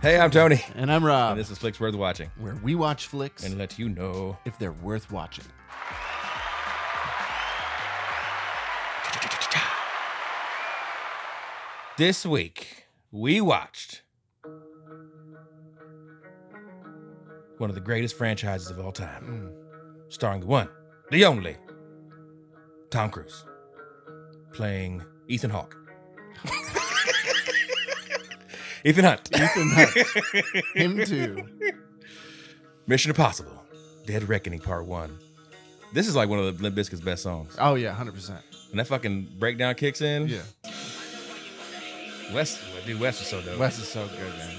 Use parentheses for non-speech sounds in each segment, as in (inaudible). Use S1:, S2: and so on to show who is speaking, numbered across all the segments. S1: Hey, I'm Tony.
S2: And I'm Rob,
S1: And this is Flicks Worth Watching.
S2: where we watch flicks
S1: And let you know.
S2: if they're worth watching.
S1: This week, we watched one of the greatest franchises of all time, starring the one, the only, Tom Cruise, playing Ethan Hawke. Ethan Hunt.
S2: Ethan Hunt, (laughs) him too.
S1: Mission Impossible, Dead Reckoning Part 1. This is like one of the Limp Bizkit's best songs.
S2: Oh yeah, hundred percent.
S1: When that fucking breakdown kicks in,
S2: Yeah,
S1: West, dude, West was so dope.
S2: Wes is so good, man.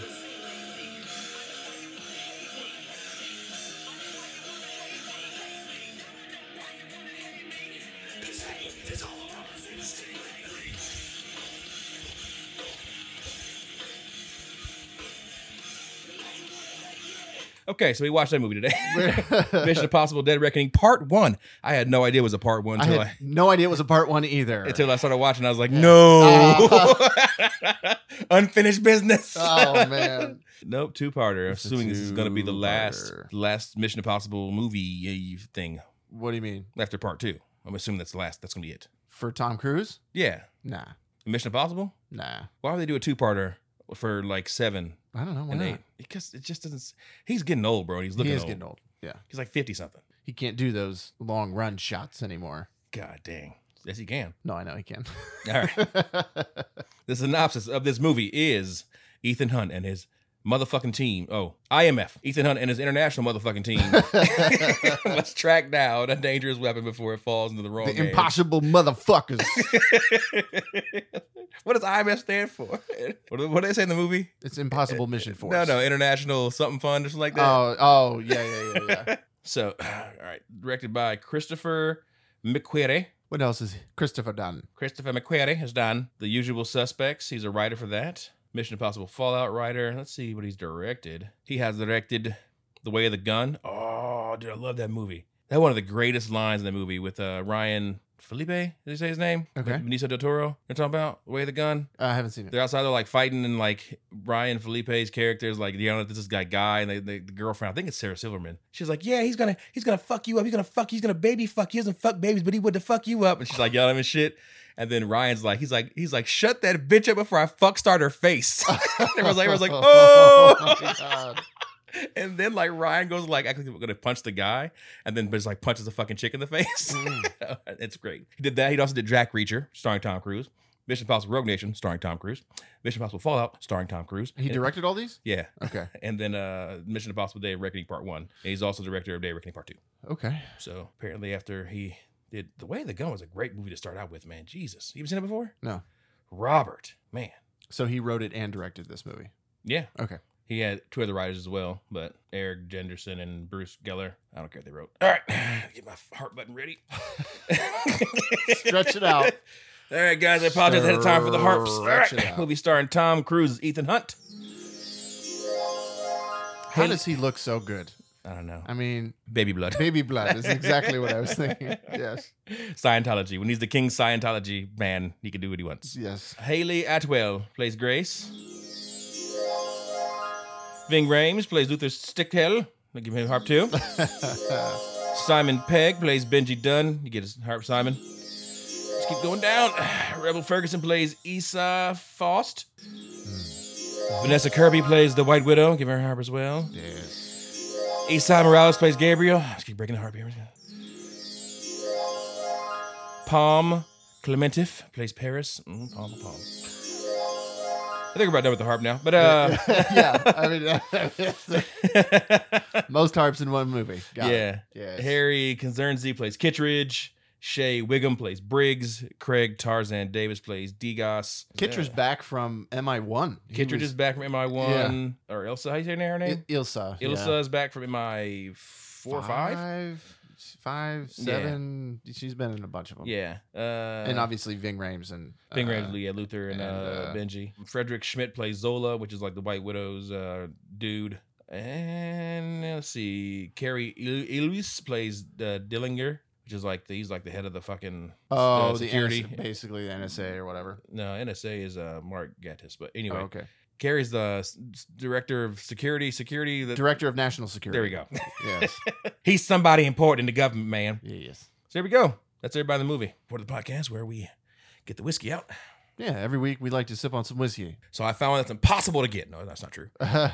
S1: Okay, so we watched that movie
S2: (laughs)
S1: today. (laughs) Mission Impossible: Dead Reckoning Part One. I had no idea it was a part one
S2: I
S1: until
S2: had
S1: I,
S2: no idea it was a part one either.
S1: until I started watching. I was like, no,
S2: (laughs)
S1: (laughs) unfinished business.
S2: oh man,
S1: (laughs) nope, two parter.
S2: It's a
S1: Assuming this is going to be the last
S2: two-parter.
S1: last Mission Impossible movie uh, thing
S2: what do you mean
S1: after Part Two. I'm assuming that's the last. That's going to be it.
S2: for Tom Cruise?
S1: Yeah,
S2: Nah,
S1: Mission Impossible.
S2: nah.
S1: Why would they do a two parter for like seven
S2: I don't know why
S1: and
S2: not.
S1: eight? Because it just doesn't. s- He's getting old, bro. and He's looking
S2: He is
S1: old.
S2: getting old. Yeah,
S1: He's like fifty something.
S2: he can't do those long run shots anymore.
S1: God dang. Yes, he can.
S2: No, I know he can. (laughs)
S1: All right. The synopsis of this movie is Ethan Hunt and his motherfucking team. Oh, IMF. Ethan Hunt and his international motherfucking team.
S2: (laughs)
S1: (laughs) Let's track down a dangerous weapon before it falls into the wrong
S2: the
S1: hands.
S2: impossible motherfuckers.
S1: (laughs) what does IMF stand for? (laughs) What do what do they say in the movie?
S2: it's (laughs) impossible mission force.
S1: No, no, international something fun or something like that.
S2: Oh, oh, yeah, yeah, yeah, yeah.
S1: So, (sighs) all right, directed by Christopher McQuarrie.
S2: what else is Christopher Dunn?
S1: Christopher McQuarrie has done The Usual Suspects. He's a writer for that. Mission Impossible Fallout writer. Let's see what he's directed. He has directed The Way of the Gun. Oh, dude, I love that movie. That one of the greatest lines in the movie with uh, Ryan Felipe. Did he say his name?
S2: Okay.
S1: Benicio del Toro. You're talking about The Way of the Gun.
S2: I haven't (laughs) seen it.
S1: They're outside. They're like fighting, and like Ryan Felipe's character is like, you know, this is guy guy, and they, they, the girlfriend. I think it's Sarah Silverman. She's like, yeah, he's gonna he's gonna fuck you up. He's gonna fuck. you. He's gonna baby fuck. He doesn't fuck babies, but he would to fuck you up. And she's like yelling and shit. And then Ryan's like, he's like, he's like, shut that bitch up before I fuck start her face. (laughs) everyone's like,
S2: (laughs)
S1: everyone's like, (laughs) oh.
S2: my God.
S1: And then like Ryan goes like, I think we're gonna punch the guy, and then but it's like punches the fucking chick in the (laughs) face.
S2: Mm.
S1: (laughs) it's great. He did that. He also did Jack Reacher, starring Tom Cruise. Mission Impossible Rogue Nation, starring Tom Cruise. Mission Impossible Fallout, starring Tom Cruise.
S2: He
S1: And-
S2: directed all these?
S1: Yeah,
S2: Okay.
S1: and then uh Mission Impossible Day of Reckoning Part One. And he's also director of Day of Reckoning Part Two.
S2: Okay.
S1: So apparently, after he did The Way of the Gun was a great movie to start out with, man. Jesus, you ever seen it before?
S2: No.
S1: Robert, man.
S2: So he wrote it and directed this movie.
S1: Yeah.
S2: Okay.
S1: He had two other writers as well, but Eric Genderson and Bruce Geller. I don't care what they wrote. All right, (sighs) get my heart button ready. (laughs)
S2: Stretch it out.
S1: All right, guys, I apologize ahead of time for the harps. All
S2: Stretch
S1: right,
S2: it out.
S1: we'll be starring Tom Cruise, as Ethan Hunt.
S2: How does he look so good?
S1: I don't know.
S2: I mean,
S1: Baby blood.
S2: baby blood is exactly what I was thinking. (laughs) Yes.
S1: (laughs) Scientology. When he's the king Scientology man, he can do what he wants.
S2: Yes.
S1: Haley Atwell plays Grace. Ving Rhames plays Luther Stickhill. I'll give him a harp too. Simon Pegg plays Benji Dunn. You get his harp, Simon. Let's keep going down. (sighs) Rebel Ferguson plays Issa Faust. Vanessa Kirby plays the White Widow. Give her a harp as well.
S2: Yes.
S1: Isai Morales plays Gabriel. Let's keep breaking the harp here. Palm Clementif plays Paris. Mm, palm, palm. I think we're about done with the harp now, but uh,
S2: (laughs) yeah. I mean, (laughs)
S1: (laughs)
S2: most harps in one movie. Got It.
S1: yeah.
S2: Yes.
S1: Harry Concernsey plays Kittredge. Shay Wiggum plays Briggs. Craig Tarzan Davis plays Degas.
S2: Kittredge
S1: Yeah.
S2: back from MI1. He
S1: Kittredge
S2: was-
S1: is back from MI1 or Elsa. How you say her name?
S2: I- Ilsa.
S1: Ilsa
S2: yeah.
S1: is back from MI four or five.
S2: Five, five,
S1: Yeah.
S2: seven. She's been in a bunch of them.
S1: Yeah. Uh,
S2: and obviously Ving Rhames and
S1: Ving
S2: uh,
S1: Rhames, Leah Luther, and,
S2: and,
S1: uh,
S2: uh,
S1: Benji. Frederick Schmidt plays Zola, which is like the White Widow's uh, dude. And let's see, Carrie Elwes plays uh, Dillinger, which is like the, he's like the head of the fucking
S2: Oh,
S1: uh,
S2: the
S1: security. (laughs)
S2: NSA, basically the NSA or whatever.
S1: no NSA is uh, Mark Gatiss, but
S2: Oh,
S1: anyway,
S2: okay.
S1: Carrie's the s- s- director of security. Security. That,
S2: Director of National Security.
S1: there we go. (laughs)
S2: Yes.
S1: He's somebody important in the government, man.
S2: yes.
S1: So there we go. That's everybody in the movie. For the podcast where we get the whiskey out.
S2: Yeah. Every week we like to sip on some whiskey. (laughs)
S1: So I found that's impossible to get. No, that's not true.
S2: okay.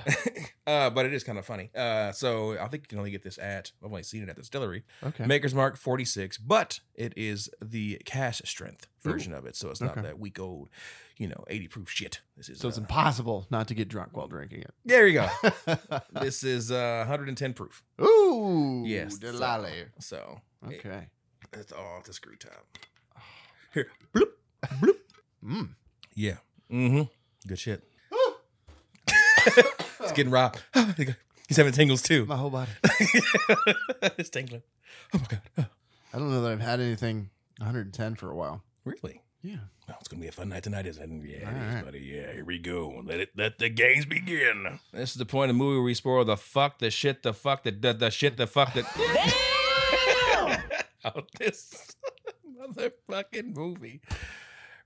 S1: uh, but it is kind of funny. Uh, so I think you can only get this at I've only seen it at the distillery. Maker's Mark 46, but it is the cash strength version of it. So it's not
S2: Okay.
S1: that weak old, you know, 80 proof shit. This is
S2: So it's
S1: uh,
S2: impossible not to get drunk while drinking
S1: (laughs) there you
S2: (laughs)
S1: go. (laughs)
S2: it.
S1: this is uh, 110 proof.
S2: Ooh.
S1: Yes, so-
S2: Delale.
S1: So it-
S2: Okay.
S1: it's all at the screw top.
S2: Mm.
S1: (gasps) Yeah. Mm-hmm. Good shit. It's getting robbed. (sighs) He's having tingles too.
S2: Oh. My whole body.
S1: (laughs) it's tingling. Oh my god. Oh,
S2: I don't know that I've had anything 110 for a while.
S1: really?
S2: Yeah.
S1: Well, it's gonna be a fun night tonight, isn't it? Yeah,
S2: All
S1: it is,
S2: right.
S1: buddy. Yeah, here we go. Let it let the games begin. This is the point of the movie where we spoil the fuck, the shit, the fuck, the the, the shit, the fuck, the (laughs) out this (laughs) motherfucking movie.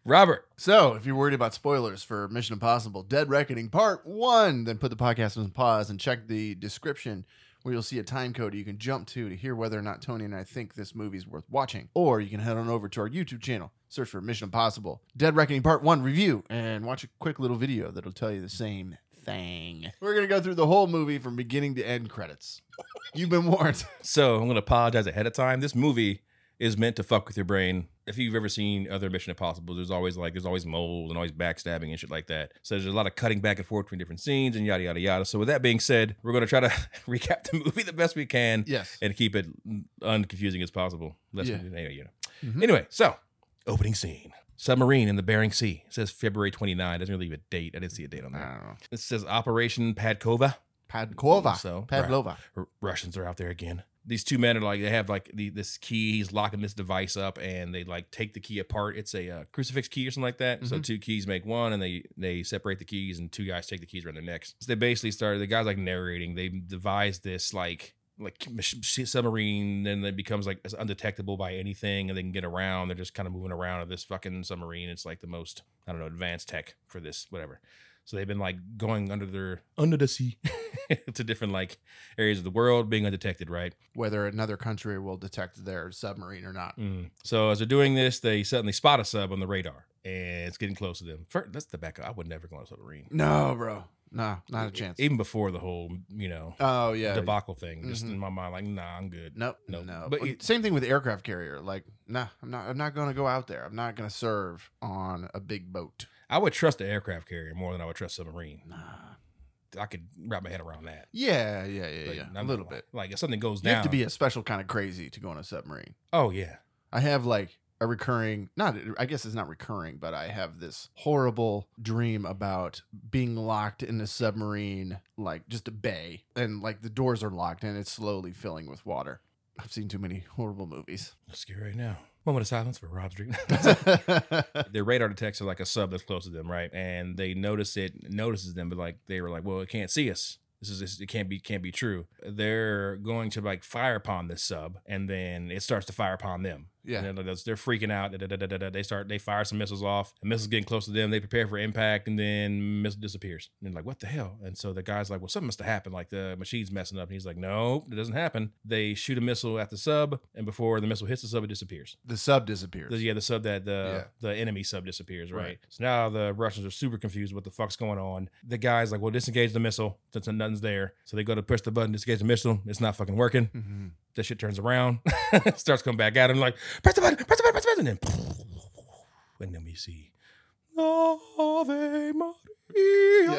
S1: Robert,
S2: So, if you're worried about spoilers for Mission Impossible Dead Reckoning Part 1, then put the podcast on pause and check the description where you'll see a time code you can jump to to hear whether or not Tony and I think this movie's worth watching. Or you can head on over to our YouTube channel, search for Mission Impossible Dead Reckoning Part 1 review, and watch a quick little video that'll tell you the same thing. We're going to go through the whole movie from beginning to end credits. You've been warned. (laughs)
S1: so I'm gonna apologize ahead of time. This movie is meant to fuck with your brain. If you've ever seen other Mission Impossible, there's always like there's always mold and always backstabbing and shit like that. So there's a lot of cutting back and forth between different scenes and yada yada yada. So with that being said, we're gonna try to (laughs) recap the movie the best we can
S2: Yes.
S1: and keep it unconfusing as possible. Less
S2: Yeah.
S1: anyway, you know.
S2: Mhm.
S1: Anyway, so opening scene. Submarine in the Bering Sea. It says February 29. It doesn't really give a date. I didn't see a date on
S2: I
S1: that.
S2: don't know.
S1: It says Operation Padkova.
S2: Padkova.
S1: So,
S2: Pavlova.
S1: R- Russians are out there again. These two men are like they have like the, this key. He's locking this device up, and they like take the key apart. It's a uh, crucifix key or something like that. So
S2: Mhm.
S1: two keys make one, and they they separate the keys, and two guys take the keys around their necks. So they basically started. The guys like narrating. They devised this like like mach- submarine, and it becomes like it's undetectable by anything, and they can get around. They're just kind of moving around in this fucking submarine. It's like the most I don't know advanced tech for this whatever. So they've been like going under their under the sea (laughs) to different like areas of the world being undetected, right?
S2: whether another country will detect their submarine or not.
S1: Mm. So as they're doing this, they suddenly spot a sub on the radar, and it's getting close to them. First, that's the backup. I would never go on a submarine.
S2: No, bro. No, not
S1: E-,
S2: a chance.
S1: Even before the whole, you know,
S2: Oh yeah.
S1: debacle thing, just
S2: Mhm.
S1: in my mind, like, nah, I'm good.
S2: Nope.
S1: Nope.
S2: No.
S1: But e-,
S2: But
S1: it-
S2: same thing with aircraft carrier. Like, nah, I'm not I'm not gonna go out there. I'm not gonna serve on a big boat.
S1: I would trust an aircraft carrier more than I would trust a submarine.
S2: Nah.
S1: I could wrap my head around that.
S2: Yeah, yeah, yeah,
S1: Like,
S2: yeah.
S1: I'm
S2: A
S1: not
S2: little
S1: gonna lie.
S2: bit.
S1: Like if something goes
S2: You
S1: down,
S2: have to be a special kind of crazy to go on a submarine.
S1: oh yeah,
S2: I have like a recurring not I guess it's not recurring, but I have this horrible dream about being locked in a submarine, like just a bay, and like the doors are locked and it's slowly filling with water. I've seen too many horrible movies.
S1: let's get right now. Moment of silence for Rob Street. (laughs)
S2: (laughs) yeah.
S1: their radar detects like a sub that's close to them, right? And they notice it, notices them, but like they were like, "Well, it can't see us. This is this, it can't be can't be true." They're going to like fire upon this sub, and then it starts to fire upon them. And they're, they're freaking out. da, da, da, da, da, da. They start they fire some missiles off. The missiles getting close to them. They prepare for impact, and then missile disappears. And they're like, "What the hell?" And so the guy's like, "Well, something must have happened. Like the machine's messing up." And he's like, "No, it doesn't happen." They shoot a missile at the sub, and before the missile hits the sub, it disappears.
S2: The sub disappears.
S1: The- yeah, the sub that the the enemy sub disappears, right?
S2: Right.
S1: So now the Russians are super confused. What the fuck's going on? The guy's like, "Well, disengage the missile since nothing's there." So they go to push the button, disengage the missile. It's not fucking working.
S2: hmm
S1: That shit turns around, (laughs) starts coming back at him, like press the button, press the button, press the button, and then, (laughs) and then we see. Ave Maria.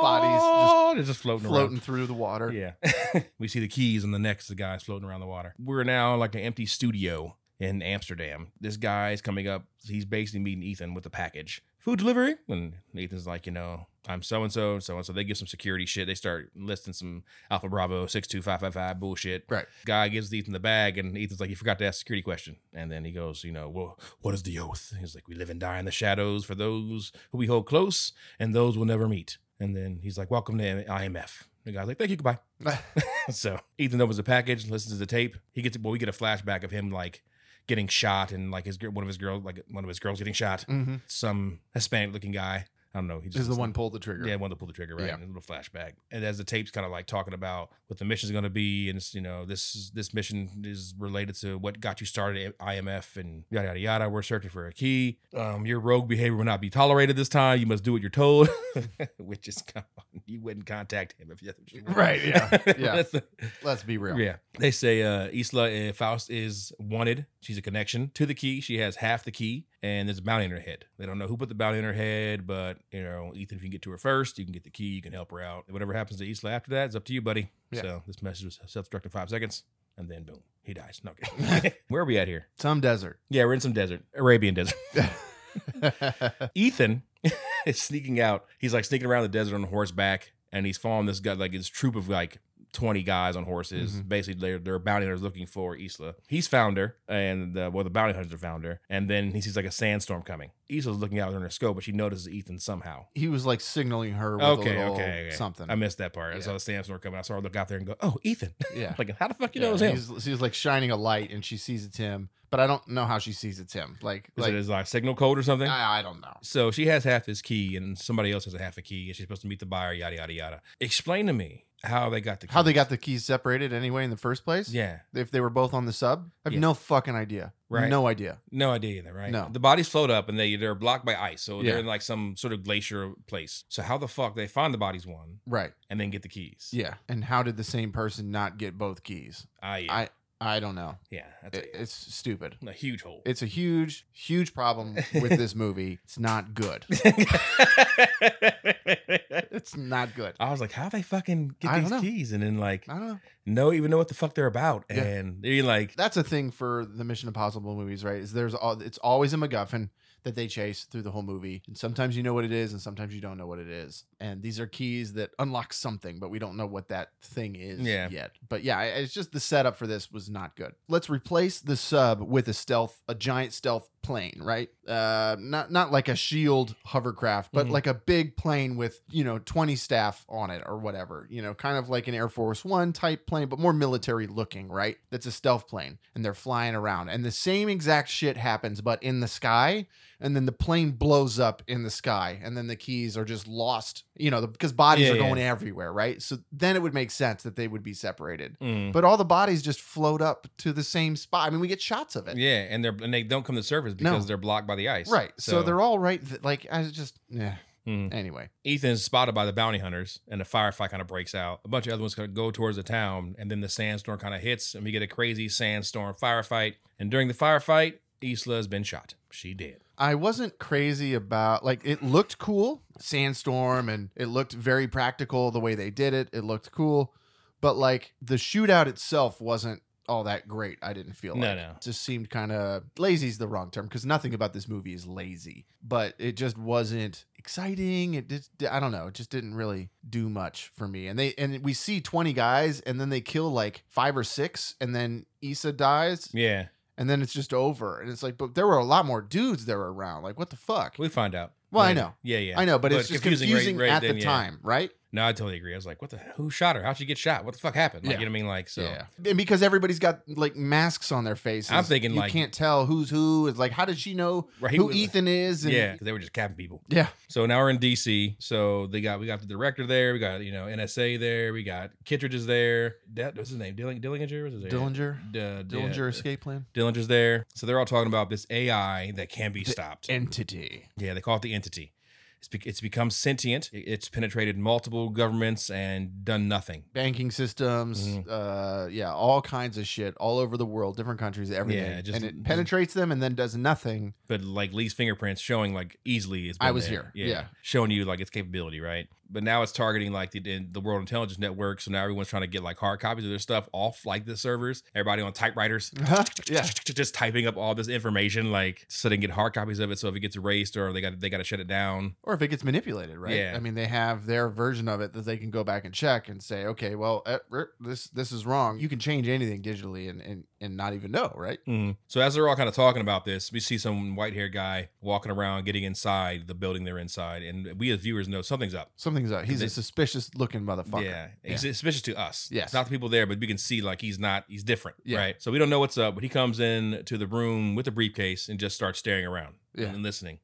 S2: bodies
S1: They're just floating, around.
S2: Floating through the water.
S1: Yeah.
S2: (laughs)
S1: we see the keys and the necks of the guys floating around the water. We're now in like an empty studio in Amsterdam. This guy's coming up. He's basically meeting Ethan with a package. Food delivery? And Ethan's like, you know, I'm so and so and so and so. They give some security shit. They start listing some Alpha Bravo 62555 bullshit.
S2: Right.
S1: Guy gives Ethan the bag, and Ethan's like, you forgot to ask a security question. And then he goes, you know, well, what is the oath? He's like, we live and die in the shadows for those who we hold close and those we'll never meet. And then he's like, welcome to IMF. The guy's like, thank you, goodbye. (laughs)
S2: (laughs)
S1: So Ethan opens the package, listens to the tape. He gets well, we get a flashback of him like getting shot (laughs) and like his gir- one of his girls like one of his girls getting shot.
S2: Mhm.
S1: Some Hispanic looking guy. I I don't know. He just
S2: Is the
S1: looks
S2: one
S1: like-
S2: pulled the trigger?
S1: Yeah, one that pulled the trigger, right?
S2: Yeah.
S1: And a little flashback. And as the tape's kind of like talking about what the mission's going to be, and it's, you know, this is- this mission is related to what got you started at IMF and yada yada yada. We're searching for a key. Um, your rogue behavior will not be tolerated this time. You must do what you're told. (laughs) Which is come on, you wouldn't contact him if you (laughs)
S2: Right, yeah, yeah.
S1: That's the-
S2: Let's be real.
S1: yeah. They say uh, Isla uh, Faust is wanted. She's a connection to the key. She has half the key, and there's a bounty in her head. They don't know who put the bounty in her head, but, you know, Ethan, if you can get to her first, you can get the key, you can help her out. Whatever happens to Isla after that is up to you, buddy.
S2: Yeah.
S1: So this message was self destruct in five seconds, and then boom, he dies. No, okay. (laughs) Where are we at here? (laughs)
S2: Some desert. (laughs)
S1: Yeah, we're in some desert, Arabian desert. Ethan (laughs) is sneaking out. He's like sneaking around the desert on horseback, and he's following this guy, like his troop of like twenty guys on horses.
S2: Mhm.
S1: Basically, they're, they're bounty hunters looking for Isla. He's found her, and uh well, the bounty hunters are found her, and then he sees like a sandstorm coming. Isla's looking out in her scope, but she notices Ethan somehow.
S2: he was like signaling her with
S1: Okay,
S2: a little
S1: okay, okay.
S2: something.
S1: I missed that part. I
S2: Yeah.
S1: saw the sandstorm coming. I saw her look out there and go, "Oh, Ethan!"
S2: yeah.
S1: like, how the fuck (laughs) you
S2: Yeah,
S1: know it was him? Is
S2: He's, he's like shining a light, and she sees it's him, but I don't know how she sees it's him. Like, like
S1: it his like signal code or something?
S2: I, I don't know.
S1: So she has half his key, and somebody else has a half a key, and she's supposed to meet the buyer. Yada yada yada. Explain to me how they got the key.
S2: How they got the keys separated anyway in the first place?
S1: Yeah,
S2: If they were both on the sub, I have
S1: Yeah.
S2: no fucking idea.
S1: Right.
S2: No idea.
S1: no idea either, right?
S2: No.
S1: the bodies float up and they they're blocked by ice, so
S2: Yeah.
S1: they're in like some sort of glacier place. So how the fuck they find the bodies one
S2: Right.
S1: and then get the keys?
S2: Yeah. And how did the same person not get both keys?
S1: I,
S2: I- I don't know.
S1: Ah, yeah, that's
S2: It, it's stupid.
S1: a huge hole.
S2: It's a huge, huge problem with this movie. It's not good. It's not good.
S1: (laughs) I was like, how they fucking get
S2: I don't
S1: these
S2: know.
S1: keys and then like
S2: I don't know.
S1: no even know what the fuck they're about
S2: Yeah.
S1: and they're like
S2: That's a thing for the Mission Impossible movies, right? Is there's all it's always a MacGuffin that they chase through the whole movie, and sometimes you know what it is, and sometimes you don't know what it is. And these are keys that unlock something, but we don't know what that thing is
S1: Yeah.
S2: yet. But yeah, I- it's just the setup for this was not good. Let's replace the sub with a stealth, a giant stealth plane, right? Uh, not not like a shield hovercraft, but
S1: Mhm.
S2: like a big plane with you know twenty staff on it or whatever. You know, kind of like an Air Force One type plane, but more military looking, right? That's a stealth plane, and they're flying around, and the same exact shit happens, but in the sky and then the plane blows up in the sky and then the keys are just lost you know the, because bodies
S1: Yeah,
S2: are
S1: yeah.
S2: going everywhere right so then it would make sense that they would be separated
S1: mm.
S2: but all the bodies just float up to the same spot i mean we get shots of it
S1: yeah, and they're and they don't come to the surface because they're blocked by the ice.
S2: right so, they're all right th- like i just yeah
S1: Mm.
S2: anyway
S1: Ethan's spotted by the bounty hunters, and a firefight kind of breaks out. A bunch of other ones kind of go towards the town, and then the sandstorm kind of hits, and we get a crazy sandstorm firefight. And during the firefight, Isla has been shot. She did.
S2: i wasn't crazy about like it looked cool sandstorm and it looked very practical the way they did it it looked cool but like the shootout itself wasn't all that great i didn't feel
S1: No,
S2: like.
S1: no.
S2: just seemed kind of lazy is the wrong term because nothing about this movie is lazy, but it just wasn't exciting. It just I don't know, it just didn't really do much for me. And they and we see twenty guys and then they kill like five or six and then Issa dies
S1: Yeah,
S2: and then it's just over. And it's like, but there were a lot more dudes there around. Like what the fuck?
S1: we find out.
S2: Well, I
S1: Later.
S2: know.
S1: Yeah, yeah.
S2: I know, but, it's just confusing,
S1: right- right
S2: at
S1: then,
S2: the
S1: yeah.
S2: time, right?
S1: No, I totally agree. I was like, what the? Who shot her? How'd she get shot? What the fuck happened? Like,
S2: Yeah.
S1: you know what I mean? Like, so.
S2: And because everybody's got like masks on their faces.
S1: I'm thinking,
S2: you
S1: like-
S2: can't tell who's who. It's like how did she know
S1: Right,
S2: who
S1: we-
S2: Ethan is? And
S1: Yeah, because they were just capping people.
S2: Yeah.
S1: So now we're in DC. So they got we got the director there. We got you know NSA there. We got Kittredge is there. That what's his name? Dilling, Dillinger was his name?
S2: Dillinger.
S1: D- uh, D-
S2: Dillinger
S1: uh,
S2: escape plan.
S1: Dillinger's there. So they're all talking about this AI that can be
S2: The
S1: stopped.
S2: Entity.
S1: yeah, they call it the entity. It's, be- it's become sentient. It- It's penetrated multiple governments and done nothing.
S2: Banking systems,
S1: Mhm.
S2: uh, yeah, all kinds of shit all over the world, different countries, everything.
S1: Yeah, just-
S2: and it penetrates them and then
S1: (laughs)
S2: does nothing.
S1: But like Lee's fingerprints showing like easily it's.
S2: I
S1: been
S2: was
S1: there.
S2: here.
S1: Yeah.
S2: Yeah.
S1: showing you like its capability, right? But now it's targeting like the the- the World Intelligence Network. So now everyone's trying to get like hard copies of their stuff off like the servers. Everybody on typewriters. (laughs)
S2: yeah.
S1: just typing up all this information like so they can get hard copies of it. So if it gets erased or they got they got to shut it down.
S2: Or if it gets manipulated, right?
S1: Yeah.
S2: I mean, they have their version of it that they can go back and check and say, okay, well, uh, er, this this is wrong. You can change anything digitally and, and, and not even know, right?
S1: Mhm. So as they're all kind of talking about this, we see some white haired guy walking around, getting inside the building they're inside, and we as viewers know something's up.
S2: Something's up. He's
S1: They-
S2: a suspicious looking motherfucker.
S1: Yeah, he's suspicious to us.
S2: Yes.
S1: It's not the people there, but we can see like he's not. He's different,
S2: Yeah.
S1: right? So we don't know what's up, but he comes in to the room with a briefcase and just starts staring around
S2: Yeah.
S1: and listening.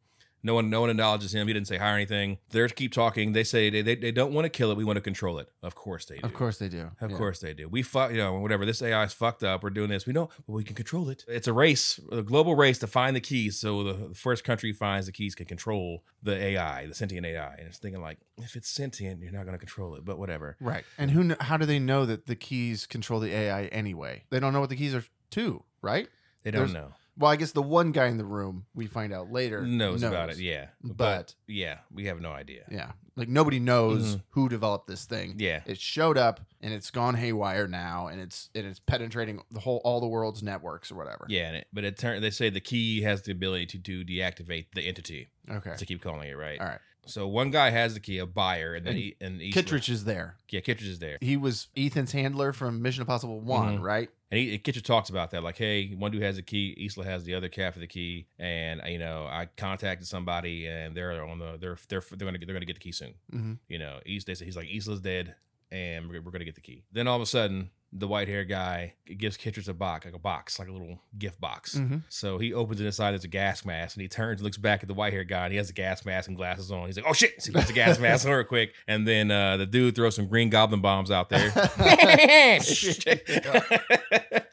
S1: No one, no one acknowledges him. He didn't say hi or anything. They keep talking. They say they, they, they don't want to kill it. We want to control it. Of course they do.
S2: Of course they do.
S1: Of
S2: Yeah.
S1: course they do. We fuck, you know, whatever. This AI is fucked up. We're doing this. We know, but we can control it. It's a race, a global race to find the keys. So the the first country finds the keys can control the AI, the sentient AI. And it's thinking like, if it's sentient, you're not going to control it. But whatever.
S2: Right. And who? Kn- how do they know that the keys control the AI anyway? They don't know what the keys are to, right?
S1: They don't
S2: There's-
S1: know.
S2: Well, I guess the one guy in the room we find out later
S1: Knows, about it. Yeah,
S2: But
S1: yeah, we have no idea.
S2: yeah, like nobody knows who developed this thing.
S1: Mm-hmm. Yeah.
S2: It showed up and it's gone haywire now, and it's and it's penetrating the whole all the world's networks or whatever.
S1: Yeah, and it, but it turn, they say the key has the ability to, to deactivate the entity.
S2: Okay.
S1: To keep calling it right.
S2: All right.
S1: So one guy has the key, a buyer, and then
S2: And
S1: he, and Eastman-
S2: Kittredge is there.
S1: Yeah, Kittredge is there.
S2: He was Ethan's handler from Mission Impossible One,
S1: Mhm.
S2: right?
S1: And he, Kitcher talks about that, like, hey, one dude has the key, Isla has the other half of the key, and you know, I contacted somebody, and they're on the they're they're they're gonna get- they're gonna get the key soon.
S2: Mm-hmm.
S1: You know, East they say he's like Isla's dead, and we're, we're gonna get the key. Then all of a sudden, the white hair guy gives Kittredge a box, like a box, like a little gift box.
S2: Mm-hmm.
S1: So he opens it inside. There's a gas mask, and he turns, and looks back at the white hair guy, and he has a gas mask and glasses on. He's like, "Oh shit!" So he puts the gas mask on real quick, and then uh, the dude throws some green goblin bombs out (laughs) there.
S2: Mm-hmm.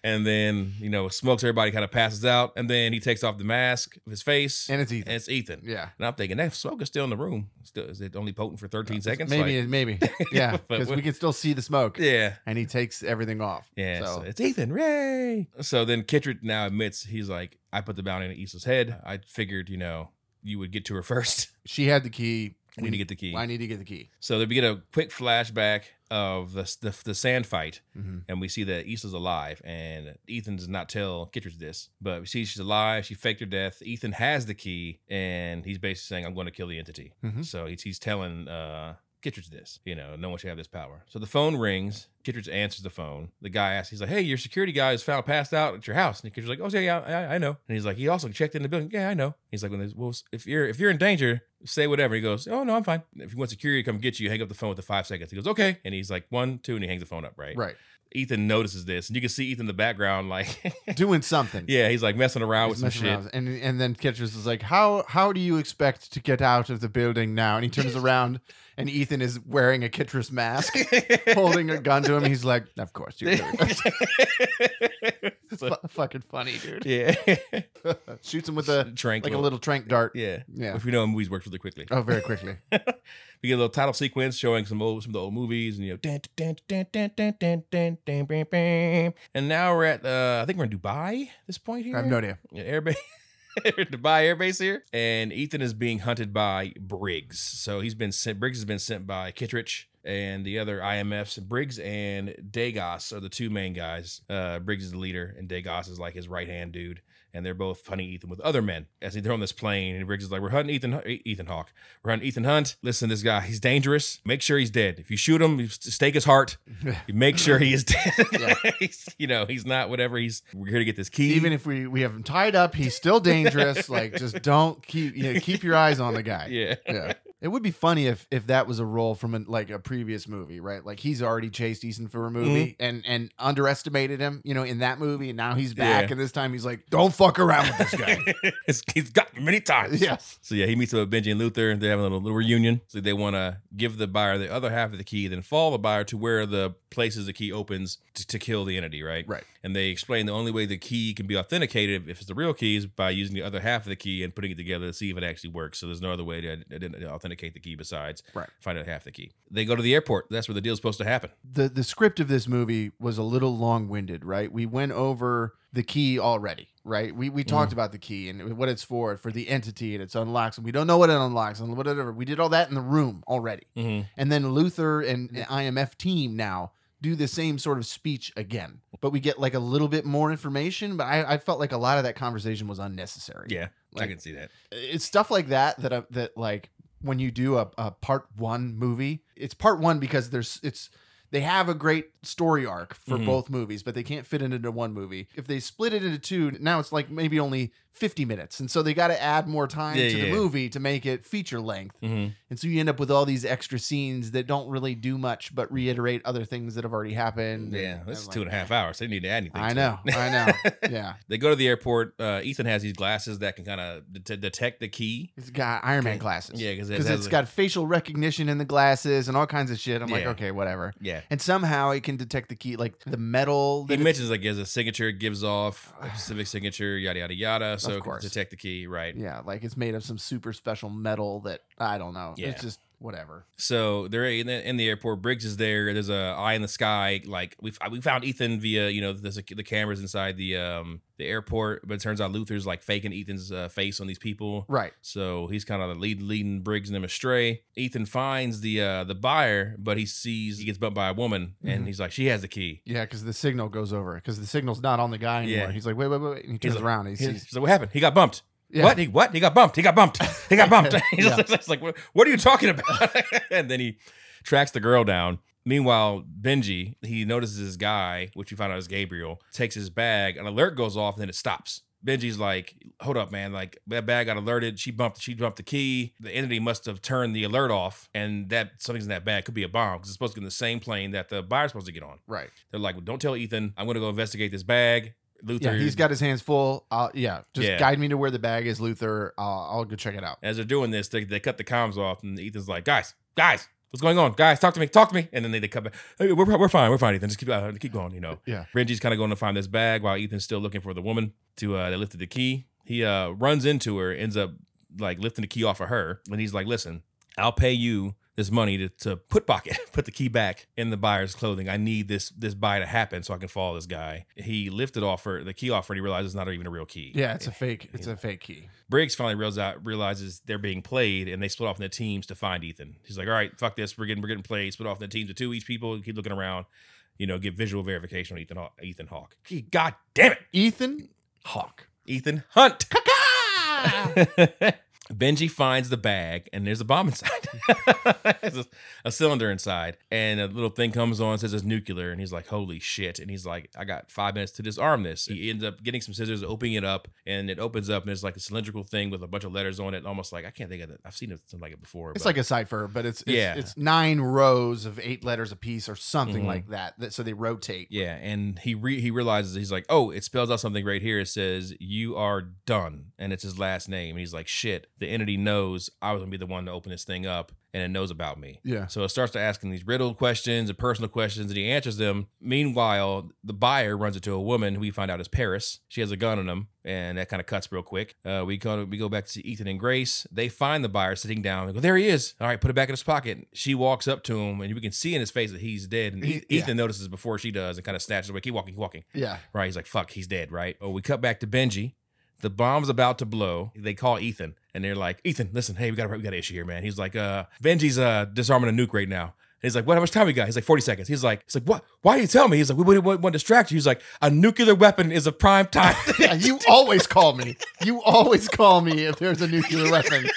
S1: and then you know smokes everybody kind of passes out and then he takes off the mask of his face and,
S2: and it's Ethan.
S1: it's ethan
S2: yeah.
S1: and i'm thinking that smoke is still in the room still is it only potent for 13 seconds
S2: Maybe,
S1: Like, (laughs)
S2: maybe. Yeah.
S1: But
S2: Because
S1: what-
S2: we can still see the smoke.
S1: yeah
S2: And he takes everything off.
S1: yeah so.
S2: So,
S1: it's ethan Ray. so then kittred now admits he's like i put the bounty on Issa's head i figured you know you would get to her (laughs) first
S2: she had the key.
S1: I need to get the key.
S2: I need to get the key.
S1: So they get a quick flashback of the the, the sand fight,
S2: Mm-hmm.
S1: and we see that Issa's alive, and Ethan does not tell Kittredge this, but we see she's alive. She faked her death. Ethan has the key, and he's basically saying, "I'm going to kill the entity."
S2: Mhm.
S1: So he's, he's telling uh, Kittredge this. You know, no one should have this power. So the phone rings. Kittredge answers the phone. The guy asks, he's like, "Hey, your security guy is found passed out at your house." And Kittredge's like, "Oh yeah, yeah, I, I know." And he's like, "He also checked in the building." Yeah, I know. He's like, "When there's, well, if you're if you're in danger, say whatever." He goes, "Oh no, I'm fine. If you want security to come get you, hang up the phone with the five seconds." He goes, "Okay," and he's like, "One, two, and he hangs the phone up. Right.
S2: Right.
S1: Ethan notices this, and you can see Ethan in the background, like, (laughs)
S2: Doing something.
S1: yeah, he's like messing around
S2: He's
S1: with some
S2: messing
S1: shit.
S2: around. And and then Kitchers is like, How how do you expect to get out of the building now? And he turns around and Ethan is wearing a Kitchers mask, holding a gun to him. He's like, Of
S1: (laughs)
S2: course you do.
S1: So,
S2: Fu- fucking funny, dude.
S1: yeah,
S2: (laughs) Shoots him with a
S1: Tranquil.
S2: like a little trank dart.
S1: yeah.
S2: Yeah.
S1: If you know, movies work really quickly.
S2: Oh, very quickly.
S1: We get a little title sequence showing some old, some of the old movies, and you know, dun, dun, dun, dun, dun, dun, dun, dun, bam, bam. and now we're at, uh, I think we're in Dubai at this point here.
S2: I have no idea.
S1: Yeah, (laughs) airbase. Dubai airbase here, and Ethan is being hunted by Briggs. So he's been sent. Briggs has been sent by Kittredge and the other IMFs. Briggs and Dagos are the two main guys. Uh, Briggs is the leader, and Dagos is like his right hand dude. And they're both hunting Ethan with other men as they're on this plane. And Briggs is like, "We're hunting Ethan, Ethan Hawk. We're hunting Ethan Hunt. Listen, this guy, he's dangerous. Make sure he's dead. If you shoot him, you stake his heart. You make sure he is dead. (laughs)
S2: Yeah.
S1: He's- you know, he's not whatever. He's we're here to get this key.
S2: Even if we, we have him tied up, he's still dangerous. like just don't keep you know, keep your eyes on the guy.
S1: yeah."
S2: yeah. It would be funny if if that was a role from an, like a previous movie, right? Like he's already chased Ethan for a movie and and underestimated him, you know, in that movie, and now he's back,
S1: Yeah.
S2: and this time he's like, "Don't fuck around with
S1: (laughs)
S2: this guy." (laughs)
S1: It's- he's got me many times.
S2: yes.
S1: So yeah, he meets up with Benji and Luther. They have a little, little reunion. So they want to give the buyer the other half of the key, then follow the buyer to where the places the key opens to, to kill the entity, right?
S2: Right.
S1: And they explain the only way the key can be authenticated if it's the real key is by using the other half of the key and putting it together to see if it actually works. So there's no other way to ident- authenticate the key besides
S2: Right.
S1: find out half the key. They go to the airport. That's where the deal's supposed to happen.
S2: The the script of this movie was a little long-winded, right? We went over the key already, right? We we talked about the key and what it's for, for the entity and its unlocks, and we don't know what it unlocks and whatever. We did all that in the room already.
S1: Mm-hmm.
S2: and then Luther and the IMF team now do the same sort of speech again, but we get like a little bit more information. But I, I felt like a lot of that conversation was unnecessary.
S1: Yeah, I
S2: like,
S1: can see that.
S2: it's stuff like that that I, that like when you do a, a part one movie, it's part one because there's it's they have a great story arc for
S1: Mhm.
S2: both movies, but they can't fit it into one movie. If they split it into two, now it's like maybe only 50 minutes. And so they got to add more time
S1: Yeah,
S2: to
S1: yeah,
S2: the
S1: yeah.
S2: movie to make it feature length.
S1: Mhm.
S2: And so you end up with all these extra scenes that don't really do much but reiterate other things that have already happened.
S1: Yeah,
S2: And
S1: this
S2: I'm
S1: is
S2: like,
S1: two and a half hours. They didn't need to add anything.
S2: I
S1: to
S2: know.
S1: it.
S2: I know.
S1: (laughs)
S2: Yeah.
S1: They go to the airport. Uh, Ethan has these glasses that can kind of det- detect the key.
S2: It's got Iron Man
S1: Okay.
S2: glasses.
S1: Yeah, because
S2: Because it's got facial recognition in the glasses and all kinds of shit. I'm like,
S1: Yeah.
S2: okay, whatever.
S1: Yeah.
S2: And somehow it can detect the key, like the metal.
S1: He
S2: That
S1: mentions like as a signature it gives
S2: (sighs)
S1: off a specific signature, yada yada yada. So it can
S2: course.
S1: detect the key, right?
S2: yeah, like it's made of some super special metal that I don't know.
S1: Yeah.
S2: It's just whatever.
S1: So they're in the, in the airport. Briggs is there. There's a eye in the sky. Like we f- we found Ethan via you know the, sec- the cameras inside the um the airport, but it turns out Luther's like faking Ethan's uh, face on these people.
S2: Right.
S1: So he's kind of lead, leading Briggs and him astray. Ethan finds the uh, the buyer, but he sees he gets bumped by a woman, and
S2: Mhm.
S1: he's like, "She has the key."
S2: Yeah, because the signal goes over because the signal's not on the guy anymore.
S1: Yeah.
S2: He's like, wait, wait, wait, wait. And he turns
S1: like,
S2: around. And he
S1: He's,
S2: sees
S1: he's like, "What happened? He got bumped.
S2: yeah.
S1: What? He what? He got bumped. He got bumped. He got
S2: (laughs)
S1: bumped." he's
S2: Yeah.
S1: just like, what, "What are you talking about?" (laughs) and then he tracks the girl down. Meanwhile, Benji he notices this guy, which we find out is Gabriel, takes his bag. An alert goes off, and then it stops. Benji's like, "Hold up, man! Like that bag got alerted. She bumped. She bumped the key. The entity must have turned the alert off, and that something's in that bag could be a bomb because it's supposed to be in the same plane that the buyer's supposed to get on."
S2: Right.
S1: They're like, well, "Don't tell Ethan. I'm going to go investigate this bag." Luther,
S2: Yeah, he's got his hands full. Uh, yeah, just
S1: Yeah.
S2: guide me to where the bag is, Luther. Uh, I'll go check it out.
S1: As they're doing this, they, they cut the comms off, and Ethan's like, "Guys, guys, what's going on? Guys, talk to me, talk to me." And then they, they cut back. "Hey, we're, we're fine, we're fine, Ethan. Just keep uh, keep going, you know.
S2: Yeah.
S1: Reggie's kind of going to find this bag while Ethan's still looking for the woman to uh, that lifted the key. He uh, runs into her, ends up like lifting the key off of her, and he's like, "Listen, I'll pay you." This money to, to put pocket, (laughs) put the key back in the buyer's clothing. I need this this buy to happen so I can follow this guy. He lifted off her the key off her and he realized it's not even a real key.
S2: Yeah, it's a fake. It's a fake key.
S1: Briggs finally reals out, realizes they're being played, and they split off into teams to find Ethan. He's like, "All right, fuck this. We're getting we're getting played. Split off into teams of two each people. Keep looking around. You know, get visual verification on Ethan Haw- Ethan Hawk. Gee, God damn it,
S2: Ethan Hawk.
S1: Ethan Hunt. (laughs) Benji finds the bag, and there's a bomb inside. (laughs) there's a, a cylinder inside, and a little thing comes on, says it's nuclear, and he's like, "Holy shit!" And he's like, "I got five minutes to disarm this." He ends up getting some scissors, opening it up, and it opens up, and it's like a cylindrical thing with a bunch of letters on it, almost like I can't think of it. I've seen it something like it before.
S2: (laughs) It's
S1: but-
S2: like a cipher, but it's, it's
S1: Yeah.
S2: it's nine rows of eight letters a piece or something
S1: Mhm.
S2: like that, that. So they rotate.
S1: Yeah, and he re- he realizes he's like, oh, it spells out something right here. It says you are done, and it's his last name. And he's like, shit, the entity knows I was gonna be the one to open this thing up, and it knows about me.
S2: Yeah.
S1: So it starts to ask him these riddle questions and personal questions, and he answers them. Meanwhile, the buyer runs into a woman who we find out is Paris. She has a gun on him, and that kind of cuts real quick. Uh, we go we go back to see Ethan and Grace. They find the buyer sitting down. They go, there he is. All right, put it back in his pocket. She walks up to him, and we can see in his face that he's dead. And
S2: He-
S1: Ethan Ethan notices before she does and kind of snatches away. Keep walking, keep walking.
S2: Yeah.
S1: Right? He's like, fuck, he's dead, right? Oh, we cut back to Benji. The bomb's about to blow. They call Ethan and they're like, Ethan, listen, hey, we got a, we got an issue here, man. He's like, uh, Benji's uh disarming a nuke right now. And He's like, what? How much time we got? He's like, 40 seconds. He's like, he's like, what? Why do you tell me? He's like, we wouldn't want to distract you. He's like, a nuclear weapon is a prime time. (laughs)
S2: Yeah, Uh, you (laughs) always call me. You always call me if there's
S1: (laughs)
S2: a nuclear weapon.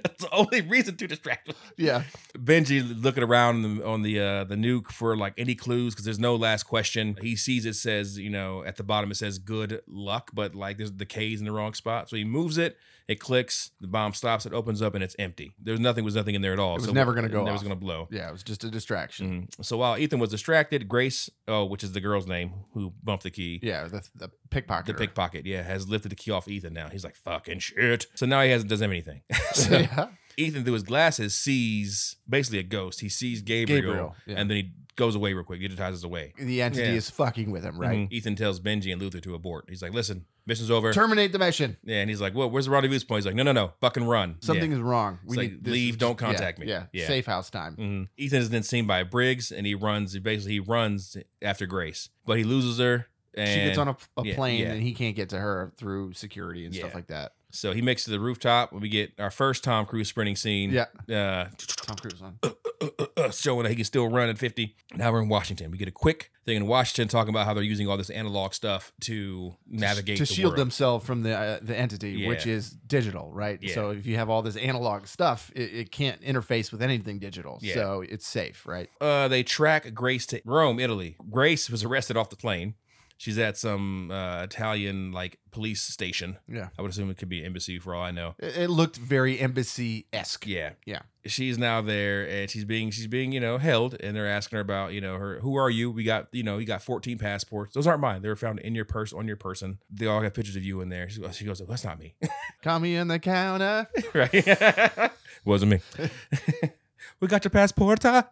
S1: That's the only reason to distract him.
S2: Yeah.
S1: Benji looking around on the on the, uh, the nuke for like any clues because there's no last question. He sees it says you know at the bottom it says good luck, but like there's the K's in the wrong spot, so he moves it. It clicks, the bomb stops, it opens up, and it's empty. There's nothing was nothing in there at all.
S2: It was never gonna go
S1: It was
S2: off.
S1: gonna blow.
S2: Yeah, it was just a distraction.
S1: Mhm. So while Ethan was distracted, Grace, oh, which is the girl's name who bumped the key,
S2: Yeah, the, the pickpocket.
S1: the pickpocket, yeah, has lifted the key off Ethan. Now he's like fucking shit. So now he hasn't does anything. so (laughs)
S2: (laughs) yeah.
S1: Ethan through his glasses sees basically a ghost. He sees Gabriel,
S2: Gabriel, yeah.
S1: and then he goes away real quick, digitizes away.
S2: The entity
S1: Yeah.
S2: is fucking with him, right?
S1: Mhm. Ethan tells Benji and Luther to abort. He's like, "Listen, mission's over."
S2: Terminate the mission.
S1: yeah, and he's like, "Well, where's the rendezvous point?" He's like, "No, no, no, fuck and run."
S2: Something
S1: Yeah.
S2: is wrong.
S1: It's like, leave, don't contact
S2: yeah,
S1: me.
S2: Yeah.
S1: Yeah.
S2: Safe house time.
S1: Mhm. Ethan is then seen by Briggs, and he runs. He basically he runs after Grace, but he loses her. And
S2: she gets on a, a
S1: yeah,
S2: plane
S1: yeah.
S2: and he can't get to her through security and stuff
S1: Yeah.
S2: like that.
S1: so he makes it to the rooftop. We get our first Tom Cruise sprinting scene.
S2: Yeah.
S1: Uh,
S2: Tom Cruise on.
S1: uh, uh, uh, showing that he can still run at 50. Now we're in Washington. We get a quick thing in Washington talking about how they're using all this analog stuff to navigate
S2: to
S1: the
S2: shield
S1: world.
S2: themselves from the uh, the entity, which
S1: Yeah.
S2: is digital, right?
S1: Yeah.
S2: So if you have all this analog stuff, it, it can't interface with anything digital,
S1: Yeah.
S2: so it's safe, right?
S1: Uh, they track Grace to Rome, Italy. Grace was arrested off the plane. She's at some uh, Italian like police station.
S2: Yeah.
S1: I would assume it could be embassy for all I know.
S2: It, it looked very embassy esque.
S1: Yeah.
S2: Yeah.
S1: She's now there and she's being she's being, you know, held and they're asking her about, you know, her who are you? We got, you know, you got 14 passports. Those aren't mine. They were found in your purse on your person. They all got pictures of you in there. She, goes- she goes, "That's not me."
S2: Call me on the counter.
S1: right? (laughs) Wasn't me. we got your passport. huh?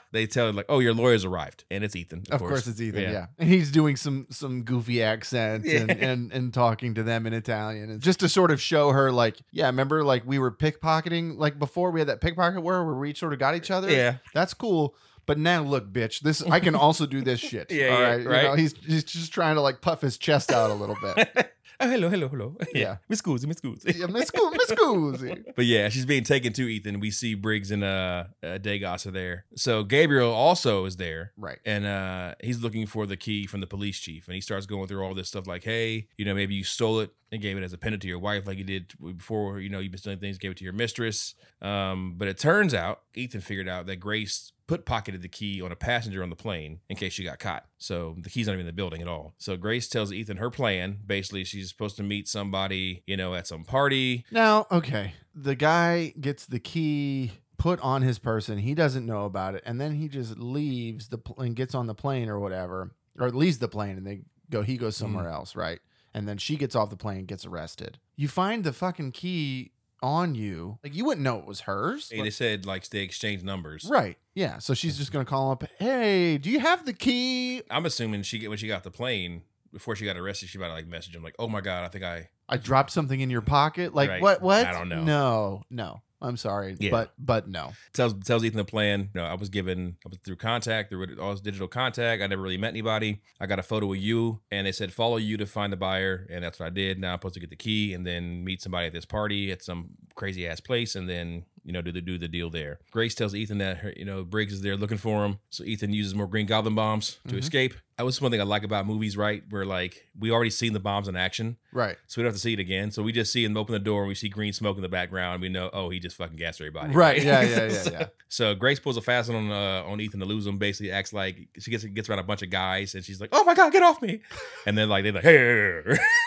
S1: (laughs) they tell her like, "Oh, your lawyer's arrived." And it's Ethan.
S2: Of course, it's Ethan.
S1: Yeah.
S2: Yeah. And he's doing some some goofy accent and,
S1: Yeah.
S2: and and talking to them in Italian, and just to sort of show her like, yeah, remember like we were pickpocketing like before we had that pickpocket war where we sort of got each other.
S1: (laughs) Yeah.
S2: that's cool. But now look, bitch, this I can also do this
S1: (laughs)
S2: shit.
S1: Yeah, yeah,
S2: You
S1: right.
S2: know, he's he's just trying to like puff his chest out a little
S1: (laughs)
S2: bit.
S1: oh, hello, hello, (laughs) hello.
S2: Yeah.
S1: Miss Goosey, Miss Goosey.
S2: yeah, Miss Goo- Miss Goosey.
S1: (laughs) But yeah, she's being taken to Ethan. We see Briggs and uh, uh Dagos are there. So Gabriel also is there.
S2: Right.
S1: And uh, he's looking for the key from the police chief, and he starts going through all this stuff like, "Hey, you know, maybe you stole it and gave it as a pendant to your wife, like you did before. You know, you've been stealing things, gave it to your mistress." Um, but it turns out Ethan figured out that Grace put pocketed the key on a passenger on the plane in case she got caught. So the key's not even in the building at all. So Grace tells Ethan her plan. Basically, she's supposed to meet somebody, you know, at some party.
S2: Now, okay, the guy gets the key put on his person. He doesn't know about it, and then he just leaves the pl- and gets on the plane or whatever, or leaves the plane, and they go. He goes
S1: Hmm.
S2: somewhere else, right? And then she gets off the plane, and gets arrested. You find the fucking key on you, like you wouldn't know it was hers.
S1: Hey, they said like they exchanged numbers.
S2: Right. Yeah. So she's just gonna call up. Hey, do you have the key?
S1: I'm assuming she when she got the plane before she got arrested, she might have like message him like, "Oh my god, I think I."
S2: I dropped something in your pocket. Like
S1: Right.
S2: what? What?
S1: I don't know.
S2: No. No. I'm sorry.
S1: Yeah.
S2: But but no.
S1: tells tells Ethan the plan. You know, I was given I was through contact, through all this digital contact. I never really met anybody. I got a photo of you, and they said follow you to find the buyer, and that's what I did. Now I'm supposed to get the key and then meet somebody at this party at some crazy ass place, and then you know do the do the deal there. Grace tells Ethan that her, you know Briggs is there looking for him, so Ethan uses more Green Goblin bombs to
S2: Mhm.
S1: escape. That was one thing I like about movies, right? Where like we already seen the bombs in action.
S2: Right.
S1: So we don't have to see it again. So we just see him open the door. We see green smoke in the background. We know, oh, he just fucking gassed everybody.
S2: Right.
S1: (laughs)
S2: Yeah. Yeah. Yeah.
S1: so,
S2: Yeah.
S1: so Grace pulls a fast one on uh, on Ethan to lose him. Basically, acts like she gets gets around a bunch of guys, and she's like, "Oh my god, get off
S2: (laughs)
S1: me!" And then like they're like,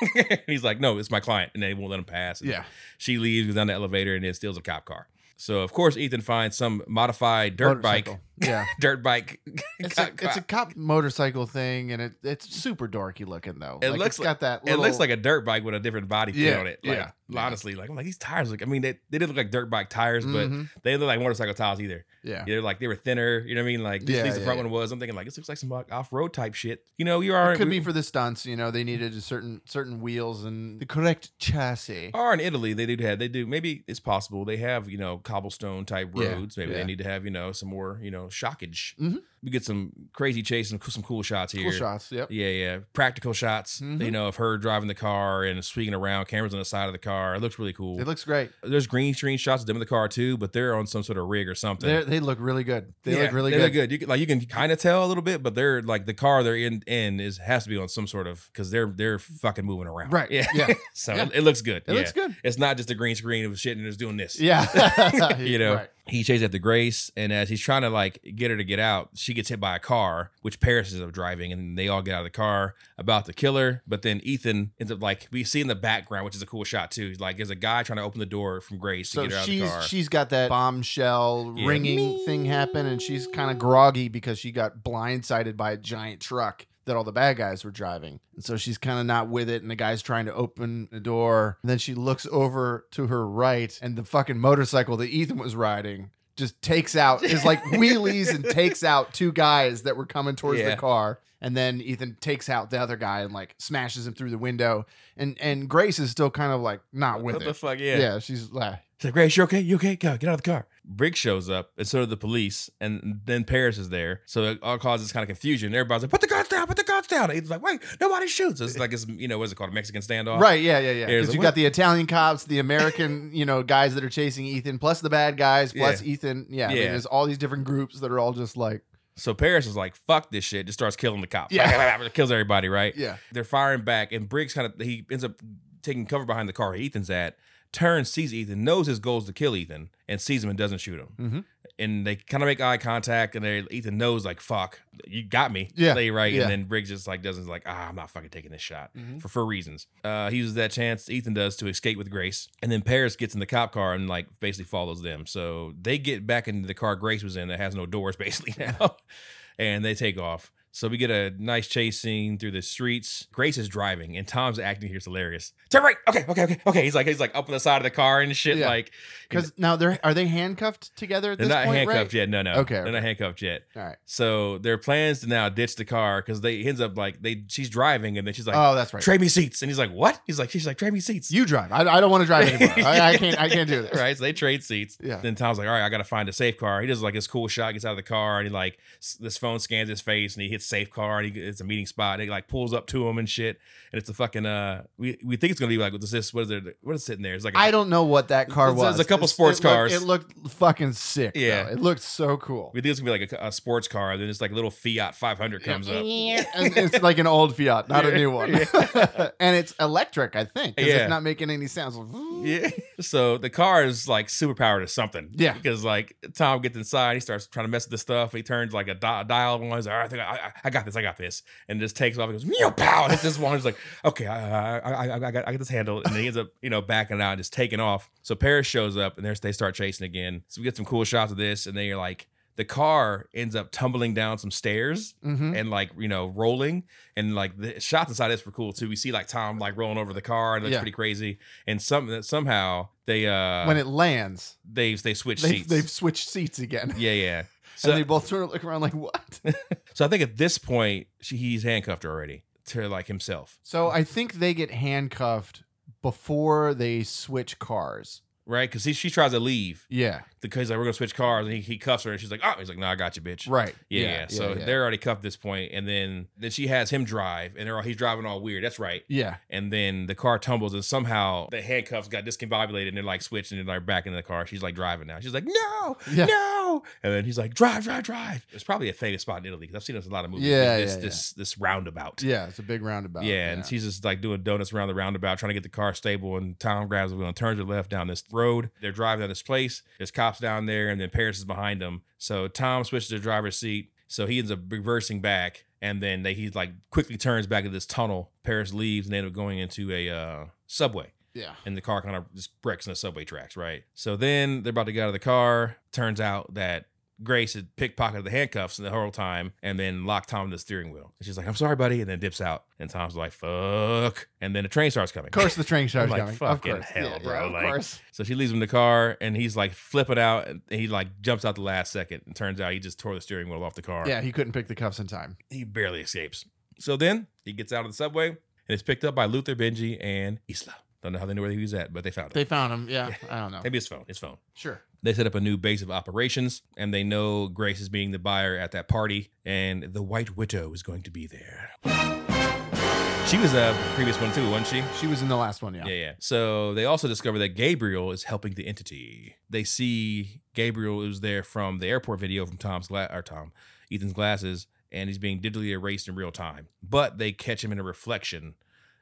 S1: "Hey," (laughs) And he's like, "No, it's my client," and they won't let him pass. And
S2: yeah.
S1: She leaves, goes down the elevator, and then steals a cop car. So of course Ethan finds some modified dirt bike,
S2: Motorcycle. (laughs)
S1: (laughs)
S2: Yeah.
S1: dirt bike. (laughs)
S2: It's a,
S1: cop
S2: it's
S1: car.
S2: a cop motorcycle thing, and it, it's super dorky looking though.
S1: It
S2: Like,
S1: looks
S2: it's got that.
S1: It
S2: Little,
S1: looks like a dirt bike with a different body fit
S2: Yeah,
S1: on it. Like,
S2: yeah, yeah.
S1: honestly, like I'm like these tires look. I mean, they, they didn't look like dirt bike tires, but
S2: Mhm.
S1: they didn't look like motorcycle tires either.
S2: yeah.
S1: They're like they were thinner. You know what I mean? Like this,
S2: Yeah,
S1: at least the
S2: yeah,
S1: front
S2: yeah.
S1: one was. I'm thinking like this looks like some like, off road type shit. You know, you are
S2: It could be for the stunts. You know, they needed a certain certain wheels and the correct chassis.
S1: are in Italy. They do have they do maybe it's possible they have you know cobblestone type
S2: Yeah,
S1: roads. Maybe they
S2: yeah.
S1: need to have you know some more you know shockage.
S2: Mhm.
S1: We get some crazy chase and some cool shots here.
S2: Cool shots. Yep.
S1: Yeah, yeah. Practical shots,
S2: Mhm.
S1: you know, of her driving the car and swinging around, cameras on the side of the car. It looks really cool.
S2: It looks great.
S1: there's green screen shots of them in the car too, but they're on some sort of rig or something.
S2: They're, they look really good. They
S1: Yeah,
S2: look really
S1: they
S2: good.
S1: You can, like you can kind of tell a little bit, but they're like the car they're in in is has to be on some sort of because they're they're fucking moving around.
S2: Right.
S1: (laughs)
S2: (laughs)
S1: Yeah.
S2: Yeah.
S1: so
S2: Yeah.
S1: It, it looks good.
S2: It
S1: yeah.
S2: looks good.
S1: (laughs) it's not just a green screen of shit and it's doing this.
S2: Yeah. (laughs)
S1: you know,
S2: Right.
S1: he chases after Grace, and as he's trying to like get her to get out, she gets hit by a car, which Paris ends up driving, and they all get out of the car about to kill her. But then Ethan ends up like we see in the background, which is a cool shot too. He's like, there's a guy trying to open the door from Grace to
S2: So
S1: get her out of
S2: she's
S1: the car.
S2: she's got that bombshell
S1: Yeah.
S2: ringing thing happen, and she's kind of groggy because she got blindsided by a giant truck that all the bad guys were driving, and so she's kind of not with it. And the guy's trying to open the door, and then she looks over to her right, and the fucking motorcycle that Ethan was riding just takes out
S1: (laughs)
S2: is like wheelies and takes out two guys that were coming towards
S1: Yeah.
S2: the car. And then Ethan takes out the other guy and like smashes him through the window. And and Grace is still kind of like not with
S1: what
S2: it.
S1: the fuck?
S2: yeah.
S1: Yeah.
S2: she's uh, like,
S1: He's like, Grace, you okay? You okay? Go, get out of the car. Briggs shows up, and so do the police, and then Paris is there. So it all causes kind of confusion. Everybody's like, put the guns down, put the guns down. And He's like, wait, nobody shoots. It's like, it's, you know, what's it called? A Mexican standoff?
S2: Right, yeah, yeah, yeah.
S1: Here's
S2: Because
S1: a
S2: you
S1: whip.
S2: got the Italian cops, the American, (laughs) you know, guys that are chasing Ethan, plus the bad guys, plus Ethan. Yeah, I mean,
S1: Yeah.
S2: there's all these different groups that are all just like,
S1: So Paris is like, fuck this shit. Just starts killing the cops.
S2: Yeah.
S1: (laughs) Kills everybody, right?
S2: yeah,
S1: They're firing back, and Briggs kind of, he ends up taking cover behind the car Ethan's at, turns, sees Ethan, knows his goal is to kill Ethan, and sees him and doesn't shoot him.
S2: Mhm.
S1: and they kind of make eye contact, and they Ethan knows like fuck, you got me.
S2: Yeah,
S1: Lay right,
S2: yeah.
S1: and then Briggs just like doesn't like ah, I'm not fucking taking this shot for for reasons. Uh, he uses that chance Ethan does to escape with Grace, and then Paris gets in the cop car and like basically follows them. So they get back into the car Grace was in that has no doors (laughs) basically now, and they take off. So we get a nice chase scene through the streets. Grace is driving, and Tom's acting here is hilarious. Turn right, okay, okay, okay, okay. He's like he's like up on the side of the car and shit.
S2: Yeah.
S1: Like
S2: Because now they're are they handcuffed together at
S1: they're
S2: this
S1: not
S2: point?
S1: handcuffed
S2: right?
S1: yet. No, no,
S2: Okay,
S1: they're not
S2: okay.
S1: handcuffed yet.
S2: All right.
S1: So their plans to now ditch the car because they ends up like they she's driving and then she's like
S2: oh, that's right.
S1: trade me seats and he's like what? He's like she's like trade me seats.
S2: you drive. I, I don't want to drive
S1: (laughs)
S2: anymore. I, I can't. I can't do this.
S1: right? So they trade seats.
S2: Yeah.
S1: Then Tom's like, all right, I got to find a safe car. He does like his cool shot, gets out of the car, and he like s- this phone scans his face, and he hits safe car, and he, it's a meeting spot. And he like pulls up to him and shit, and it's a fucking uh, we, we think it's gonna be like what is this? What is there? What is sitting there? It's like a-
S2: I don't know what that car
S1: It's-
S2: was.
S1: it's a couple
S2: It's-
S1: sports
S2: it looked-
S1: cars.
S2: It looked fucking sick. Yeah,
S1: Yeah.
S2: it looked so cool.
S1: we think it's gonna be like a, a sports car. Then it's like a little Fiat 500 comes
S2: (laughs)
S1: up.
S2: and it's like an old Fiat, not a new one. (laughs) and it's electric, I think. 'cause
S1: Yeah.
S2: It's not making any sounds.
S1: Yeah. (laughs) So the car is like superpowered or something.
S2: Yeah.
S1: Because like Tom gets inside, he starts trying to mess with the stuff. He turns like a di- dial one. He's like, all right, I, think I, I, I got this, I got this, and just takes off. He goes, meow, pow, and hits this one. He's like, okay, I, I, I, I, I got, I got this handled, and he ends up, you know, backing out, and just taking off. So Paris shows up, and there's they start chasing again. So we get some cool shots of this, and then you're like. The car ends up tumbling down some stairs
S2: Mhm.
S1: and like you know rolling and like the shots inside this were cool too. We see like Tom like rolling over the car and that's
S2: Yeah.
S1: pretty crazy. And some somehow they uh
S2: when it lands,
S1: they they switch
S2: they,
S1: seats.
S2: they've switched seats again. (laughs)
S1: (laughs) yeah, yeah. So
S2: and they both sort of look around
S1: (laughs)
S2: like, what?
S1: so I think at this point she, he's handcuffed already to like himself,
S2: so I think they get handcuffed before they switch cars.
S1: right? Because she tries to leave
S2: Yeah.
S1: because like we're gonna switch cars and he, he cuffs her and she's like oh he's like no I got you bitch.
S2: Right.
S1: Yeah, yeah, so
S2: yeah.
S1: they're already cuffed at this point, and then then she has him drive, and they're all, he's driving all weird. That's right.
S2: Yeah.
S1: and then the car tumbles and somehow the handcuffs got discombobulated and they're like switched and they're like back in the car. She's like driving now. She's like, no,
S2: Yeah.
S1: no. And then he's like, drive, drive, drive. It's probably a famous spot in Italy because I've seen this in a lot of movies.
S2: Yeah,
S1: This,
S2: yeah,
S1: this, this roundabout.
S2: Yeah. It's a big roundabout.
S1: Yeah, and she's just like doing donuts around the roundabout, trying to get the car stable. And Tom grabs the wheel and turns her left down this road. They're driving down this place. There's cops down there, and then Paris is behind them. So Tom switches to driver's seat. So he ends up reversing back, and then they, he like quickly turns back into this tunnel. Paris leaves, and they end up going into a uh, subway
S2: yeah.
S1: and the car kind of just breaks in the subway tracks, right? So then they're about to get out of the car. Turns out that Grace had pickpocketed the handcuffs the whole time and then locked Tom to the steering wheel. And she's like, I'm sorry, buddy. And then dips out. And Tom's like, fuck. And then the train starts coming.
S2: Of course, the train starts
S1: Like,
S2: coming. of
S1: fucking
S2: course.
S1: hell,
S2: Yeah,
S1: bro,
S2: yeah, of
S1: like-
S2: course.
S1: (laughs) So she leaves him in the car and he's like flipping out and he like jumps out the last second. And turns out he just tore the steering wheel off the car.
S2: Yeah. He couldn't pick the cuffs in time.
S1: He barely escapes. So then he gets out of the subway and is picked up by Luther, Benji, and Isla. Don't know how they knew where he was at, but they found him.
S2: They found him. Yeah. (laughs) I don't know.
S1: Maybe his phone. His phone.
S2: Sure.
S1: They set up a new base of operations, and they know Grace is being the buyer at that party, and the White Widow is going to be there. She was a previous one too, wasn't she?
S2: She was in the last one.
S1: Yeah, yeah. So they also discover that Gabriel is helping the entity. They see Gabriel is there from the airport video from Tom's gla- or Tom Ethan's glasses, and he's being digitally erased in real time. But they catch him in a reflection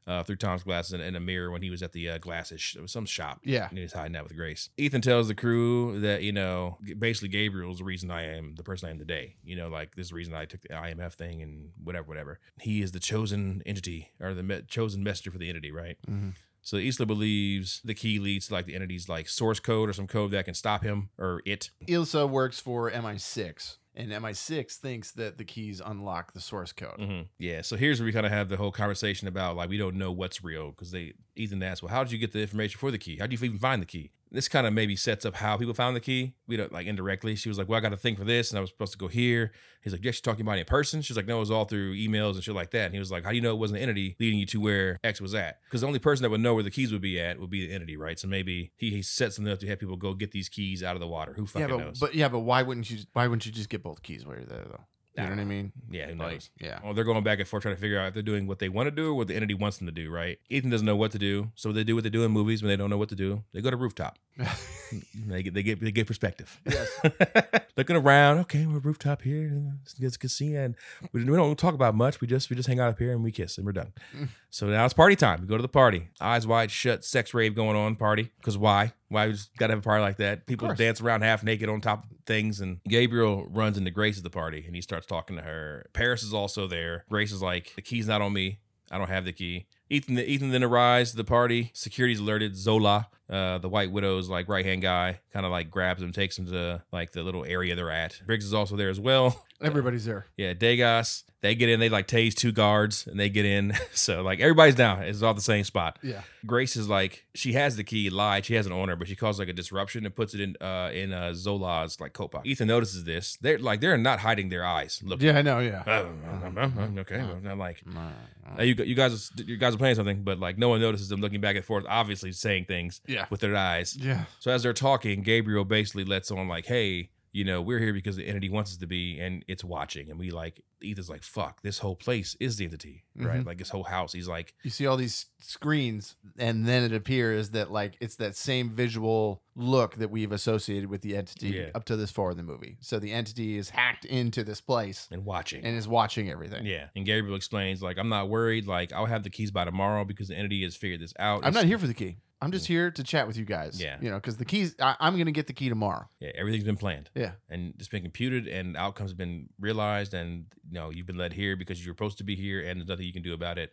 S1: uh, through Tom's glasses and, and a mirror when he was at the uh, glasses sh- it was some shop.
S2: Yeah.
S1: And he was hiding out with Grace. Ethan tells the crew that, you know, basically Gabriel's the reason I am the person I am today. You know, like this is the reason I took the IMF thing and whatever, whatever. He is the chosen entity or the me- chosen messenger for the entity, right?
S2: Mhm.
S1: So Isla believes the key leads to like the entity's like source code or some code that can stop him or it.
S2: Ilsa works for MI6, and MI6 thinks that the keys unlock the source code.
S1: Yeah. So here's where we kind of have the whole conversation about like we don't know what's real because they Ethan asks, well, how did you get the information for the key? How did you even find the key? This kind of maybe sets up how people found the key. We don't like indirectly. She was like, well, I got a thing for this, and I was supposed to go here. He's like, yeah, she's talking about it in person. She's like, no, it was all through emails and shit like that. And he was like, how do you know it wasn't the entity leading you to where X was at? Because the only person that would know where the keys would be at would be the entity, right? So maybe he, he set something up to have people go get these keys out of the water. Who
S2: Yeah,
S1: fucking
S2: but
S1: knows?
S2: but yeah, but why wouldn't you? Why wouldn't you just get both keys while you're there though? You know what I mean?
S1: yeah, who knows?
S2: Like, yeah,
S1: Well, they're going back and forth trying to figure out if they're doing what they want to do or what the entity wants them to do, right? Ethan doesn't know what to do, so they do what they do in movies
S2: (laughs)
S1: Mm, when they don't know what to do. They go to rooftop. they get they get they get perspective.
S2: Yes.
S1: (laughs) looking around. Okay, we're rooftop here. and It's it's a casino. And we, don't- we don't talk about much. We just we just hang out up here and we kiss and we're done. so now it's party time. We go to the party. Eyes wide shut, sex rave going on, party. Because why? Why we just gotta have a party like that? People
S2: course.
S1: dance around half naked on top of things. And Gabriel runs into Grace at the party and he starts talking to her. Paris is also there. Grace is like, the key's not on me. I don't have the key. Ethan, Ethan then arrives to the party. Security's alerted. Zola, uh, the White Widow's like right hand guy, kind of like grabs him, takes him to like the little area they're at. Briggs is also there as well. (laughs)
S2: Everybody's there.
S1: Yeah, Dagos. They get in. They like tase two guards, and they get in. (laughs) So like everybody's down. It's all the same spot.
S2: Yeah.
S1: Grace is like she has the key, lied. She has an owner, but she caused like a disruption and puts it in uh in uh, Zola's like coat pocket. Ethan notices this. They're like they're not hiding their eyes. Look.
S2: Yeah, I know. Yeah.
S1: (laughs) Okay. And I'm like, uh, you, you guys, are, you guys are playing something, but like no one notices them looking back and forth, obviously saying things
S2: Yeah.
S1: with their eyes.
S2: Yeah.
S1: So as they're talking, Gabriel basically lets on like, "Hey, you know, we're here because the entity wants us to be, and it's watching." And we like, Ethan's like, "Fuck, this whole place is the entity,
S2: Mm-hmm.
S1: right? Like this whole house." He's like,
S2: You see all these screens, and then it appears that like it's that same visual look that we've associated with the entity
S1: Yeah.
S2: up to this far in the movie. So the entity is hacked into this place
S1: "And watching."
S2: and is watching everything.
S1: yeah, and Gabriel explains like, "I'm not worried. Like, I'll have the keys by tomorrow because the entity has figured this out."
S2: I'm
S1: It's-
S2: not here for the key. I'm just here to chat with you guys.
S1: Yeah.
S2: You know, because the keys, I, I'm going to get the key tomorrow.
S1: Yeah, everything's been planned.
S2: Yeah.
S1: and it's been computed and outcomes have been realized and you know you've been led here because you're supposed to be here and there's nothing you can do about it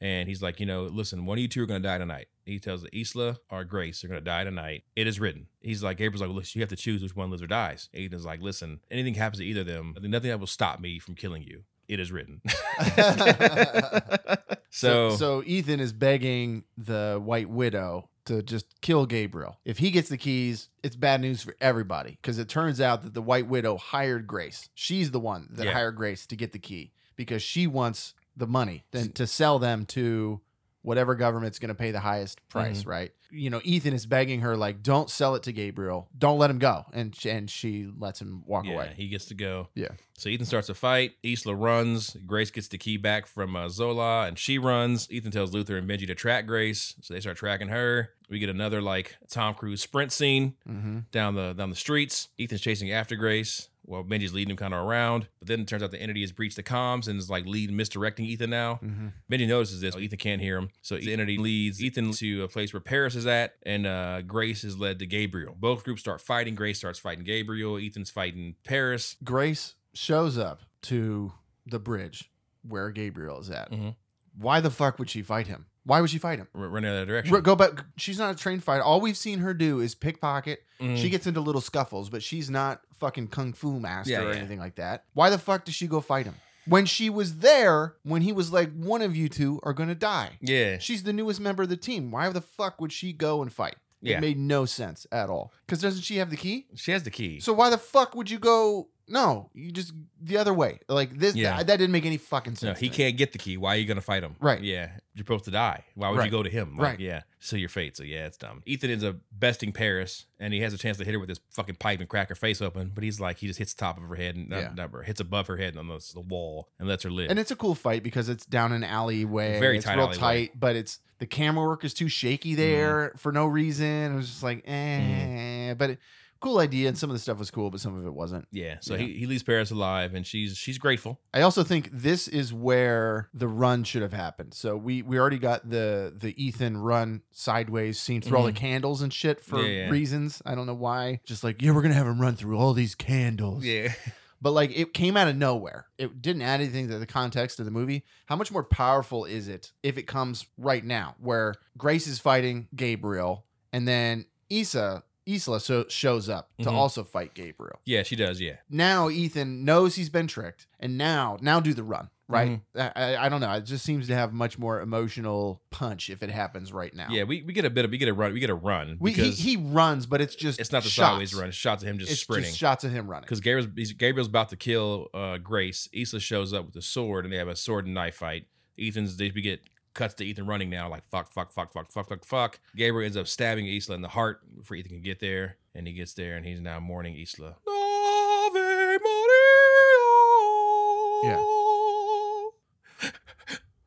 S1: and he's like you know listen one of you two are going to die tonight he tells isla or grace are going to die tonight it is written he's like gabriel's like well, listen, you have to choose which one lives or dies aiden's like listen anything happens to either of them there's nothing that will stop me from killing you it is written (laughs) so,
S2: (laughs) so, Ethan is begging the White Widow to just kill Gabriel. If he gets the keys, it's bad news for everybody because it turns out that the White Widow hired Grace. She's the one that
S1: Yeah.
S2: hired Grace to get the key because she wants the money then to sell them to whatever government's going to pay the highest
S1: Mm-hmm.
S2: price, right? You know, Ethan is begging her like don't sell it to Gabriel. Don't let him go. And sh- and she lets him walk
S1: yeah,
S2: away.
S1: he gets to go.
S2: Yeah.
S1: So Ethan starts a fight. Isla runs. Grace gets the key back from uh, Zola, and she runs. Ethan tells Luther and Benji to track Grace, so they start tracking her. We get another like Tom Cruise sprint scene
S2: Mm-hmm.
S1: down the down the streets. Ethan's chasing after Grace. Well, Benji's leading him kind of around, but then it turns out the entity has breached the comms and is like leading, misdirecting Ethan now.
S2: Mm-hmm.
S1: Benji notices this. Ethan can't hear him. So the entity leads Ethan to a place where Paris is at, and uh, Grace is led to Gabriel. Both groups start fighting. Grace starts fighting Gabriel. Ethan's fighting Paris.
S2: Grace shows up to the bridge where Gabriel is at.
S1: Mhm.
S2: Why the fuck would she fight him? Why would she fight him?
S1: R- run in that direction.
S2: R- Go back. She's not a trained fighter. All we've seen her do is pickpocket.
S1: Mhm.
S2: She gets into little scuffles, but she's not fucking kung fu master
S1: Yeah,
S2: or
S1: yeah.
S2: anything like that. Why the fuck does she go fight him? When she was there, when he was like, one of you two are gonna die.
S1: yeah,
S2: She's the newest member of the team. Why the fuck would she go and fight?
S1: yeah.
S2: It made no sense at all. Because doesn't she have the key?
S1: she has the key.
S2: So why the fuck would you go? No, you just the other way. Like this,
S1: Yeah.
S2: that, that didn't make any fucking
S1: no,
S2: sense.
S1: he
S2: to me.
S1: can't get the key. Why are you gonna fight him?
S2: Right.
S1: Yeah, you're supposed to die. Why would you
S2: Right.
S1: go to him? Like,
S2: Right.
S1: Yeah. So your fate. So yeah, it's dumb. Ethan ends up besting Paris, and he has a chance to hit her with his fucking pipe and crack her face open. But he's like, he just hits the top of her head and not,
S2: Yeah.
S1: not her, hits above her head on the, the wall and lets her live.
S2: And it's a cool fight because it's down an alleyway.
S1: Very
S2: it's
S1: tight
S2: real
S1: alleyway. Mm-hmm.
S2: tight, but it's the camera work is too shaky there for no reason. It was just like, eh.
S1: Mm-hmm.
S2: But it, cool idea, and some of the stuff was cool, but some of it wasn't.
S1: yeah. So
S2: Yeah.
S1: He, he leaves Paris alive, and she's she's grateful.
S2: I also think this is where the run should have happened. So we we already got the the Ethan run sideways scene through all the candles and shit for
S1: Mm-hmm. Yeah, yeah.
S2: reasons I don't know why. Just like yeah, we're gonna have him run through all these candles.
S1: Yeah.
S2: but like it came out of nowhere. It didn't add anything to the context of the movie. How much more powerful is it if it comes right now, where Grace is fighting Gabriel, and then Issa Isla so shows up to
S1: Mhm.
S2: also fight Gabriel.
S1: Yeah. She does. Yeah.
S2: Now Ethan knows he's been tricked, and now now do the run. Right?
S1: Mm-hmm.
S2: I, I, I don't know. It just seems to have much more emotional punch if it happens right now.
S1: Yeah. We, we get a bit of we get a run we get a run
S2: we, he,
S1: because
S2: he runs, but it's just
S1: it's not the
S2: shots.
S1: sideways run. It's shots of him just
S2: it's
S1: sprinting.
S2: just shots of him running.
S1: because Gabriel's he's- Gabriel's about to kill uh, Grace. Isla shows up with a sword, and they have a sword and knife fight. Ethan's they get cuts to Ethan running now, like fuck, fuck, fuck, fuck, fuck, fuck, fuck. Gabriel ends up stabbing Isla in the heart before Ethan can get there, and he gets there, and he's now mourning Isla. Ave Maria.